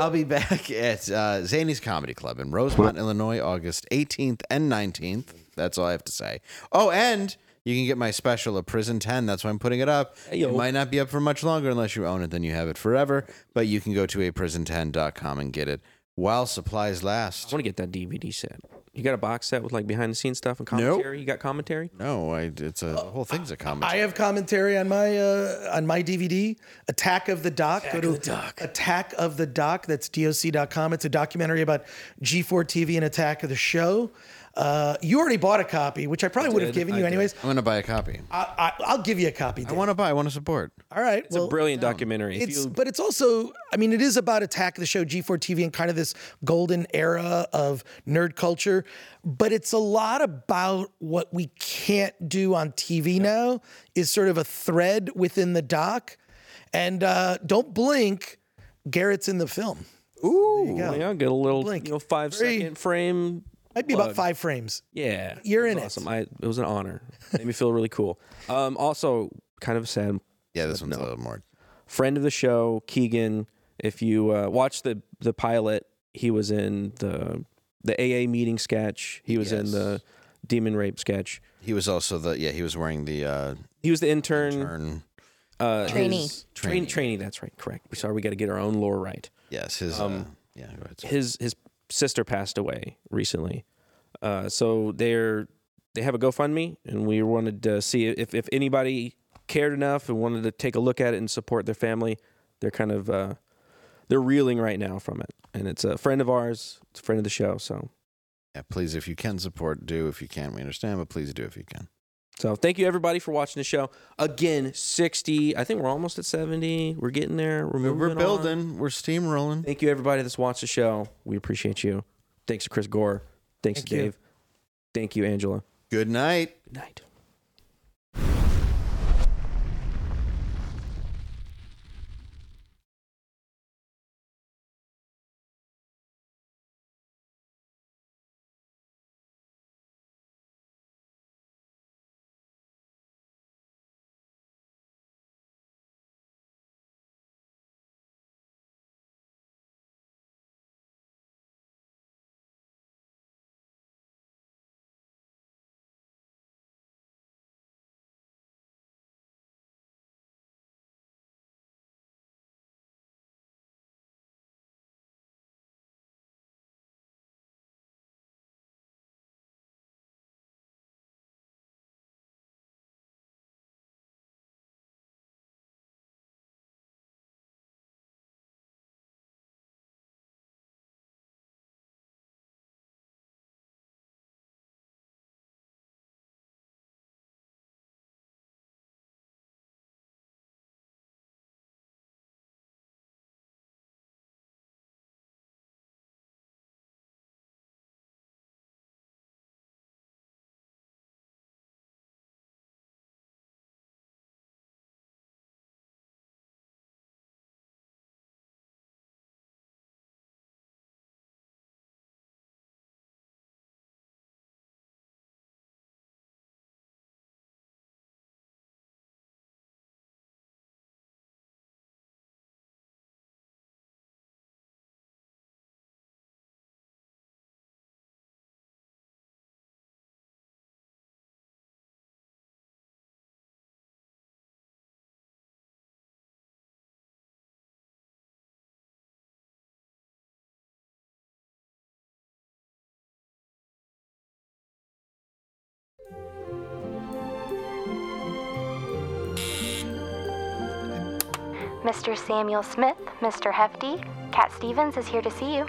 Speaker 3: I'll be back at uh, Zany's Comedy Club in Rosemont, Illinois, August 18th and 19th. That's all I have to say. Oh, and you can get my special, A Prison 10. That's why I'm putting it up.
Speaker 6: Hey, yo.
Speaker 3: It might not be up for much longer unless you own it, then you have it forever. But you can go to aprison10.com and get it while supplies
Speaker 6: I
Speaker 3: last.
Speaker 6: want to get that DVD set. You got a box set with like behind the scenes stuff and commentary. You got commentary.
Speaker 3: No, I, it's a the
Speaker 6: Oh,
Speaker 3: whole thing's a comedy.
Speaker 8: I have commentary on my uh, on my DVD, Attack of the Doc. Attack Go to of the Doc. Attack of the Doc. That's doc.com. It's a documentary about G4 TV and Attack of the Show. Uh, you already bought a copy, which I probably would have given you anyways.
Speaker 3: I'm gonna buy a copy. I,
Speaker 8: I, I, I'll give you a copy. Dave.
Speaker 3: want to buy. I want to support.
Speaker 8: All right.
Speaker 6: It's a brilliant documentary. If
Speaker 8: It's,
Speaker 6: you,
Speaker 8: but it's also, I mean, it is about Attack of the Show, G4 TV, and kind of this golden era of nerd culture. But it's a lot about what we can't do on TV now, is sort of a thread within the doc. And uh, don't blink, Garrett's in the film.
Speaker 6: ooh,
Speaker 8: go.
Speaker 6: yeah, get a little
Speaker 8: Blink.
Speaker 6: you know five second
Speaker 8: Very-
Speaker 6: frame.
Speaker 8: Might be about five frames.
Speaker 6: Yeah,
Speaker 8: You're
Speaker 6: it
Speaker 8: in
Speaker 6: was
Speaker 8: it.
Speaker 6: awesome. I, it was an honor. Made me feel really cool. Um, also, kind of sad
Speaker 3: Yeah, this one's a little more.
Speaker 6: friend of the show, Keegan. If you uh, watch the the pilot, he was in the the AA meeting sketch. He was in
Speaker 3: Yes.
Speaker 6: the demon rape sketch.
Speaker 3: He was also the yeah. He was wearing the uh,
Speaker 6: He was the intern.
Speaker 3: turn.
Speaker 6: uh,
Speaker 7: Trainee.
Speaker 6: his- train, trainee. That's right. Correct. Sorry, we got to get our own lore right.
Speaker 3: Yes, his uh,
Speaker 6: Um,
Speaker 3: yeah. go ahead.
Speaker 6: his his sister passed away recently, uh, so they're they have a GoFundMe, and we wanted to see if if anybody cared enough and wanted to take a look at it and support their family. They're kind of uh, they're reeling right now from it, and it's a friend of ours, it's a friend of the show. So
Speaker 3: Yeah, please, if you can support, do. If you can't, we understand, but please do if you can.
Speaker 6: so thank you everybody for watching the show again. Sixty, I think we're almost at seventy. We're getting there. We're
Speaker 3: We're,
Speaker 6: moving on.
Speaker 3: building. We're steamrolling.
Speaker 6: Thank you, everybody that's watched the show. We appreciate you. Thanks to Chris Gore. Thanks
Speaker 8: Thank
Speaker 6: to
Speaker 8: you.
Speaker 6: Dave. Thank you, Angela.
Speaker 3: Good night.
Speaker 6: Good night.
Speaker 1: Mr. Samuel Smith, Mr. Hefty, Cat Stevens is here to see you.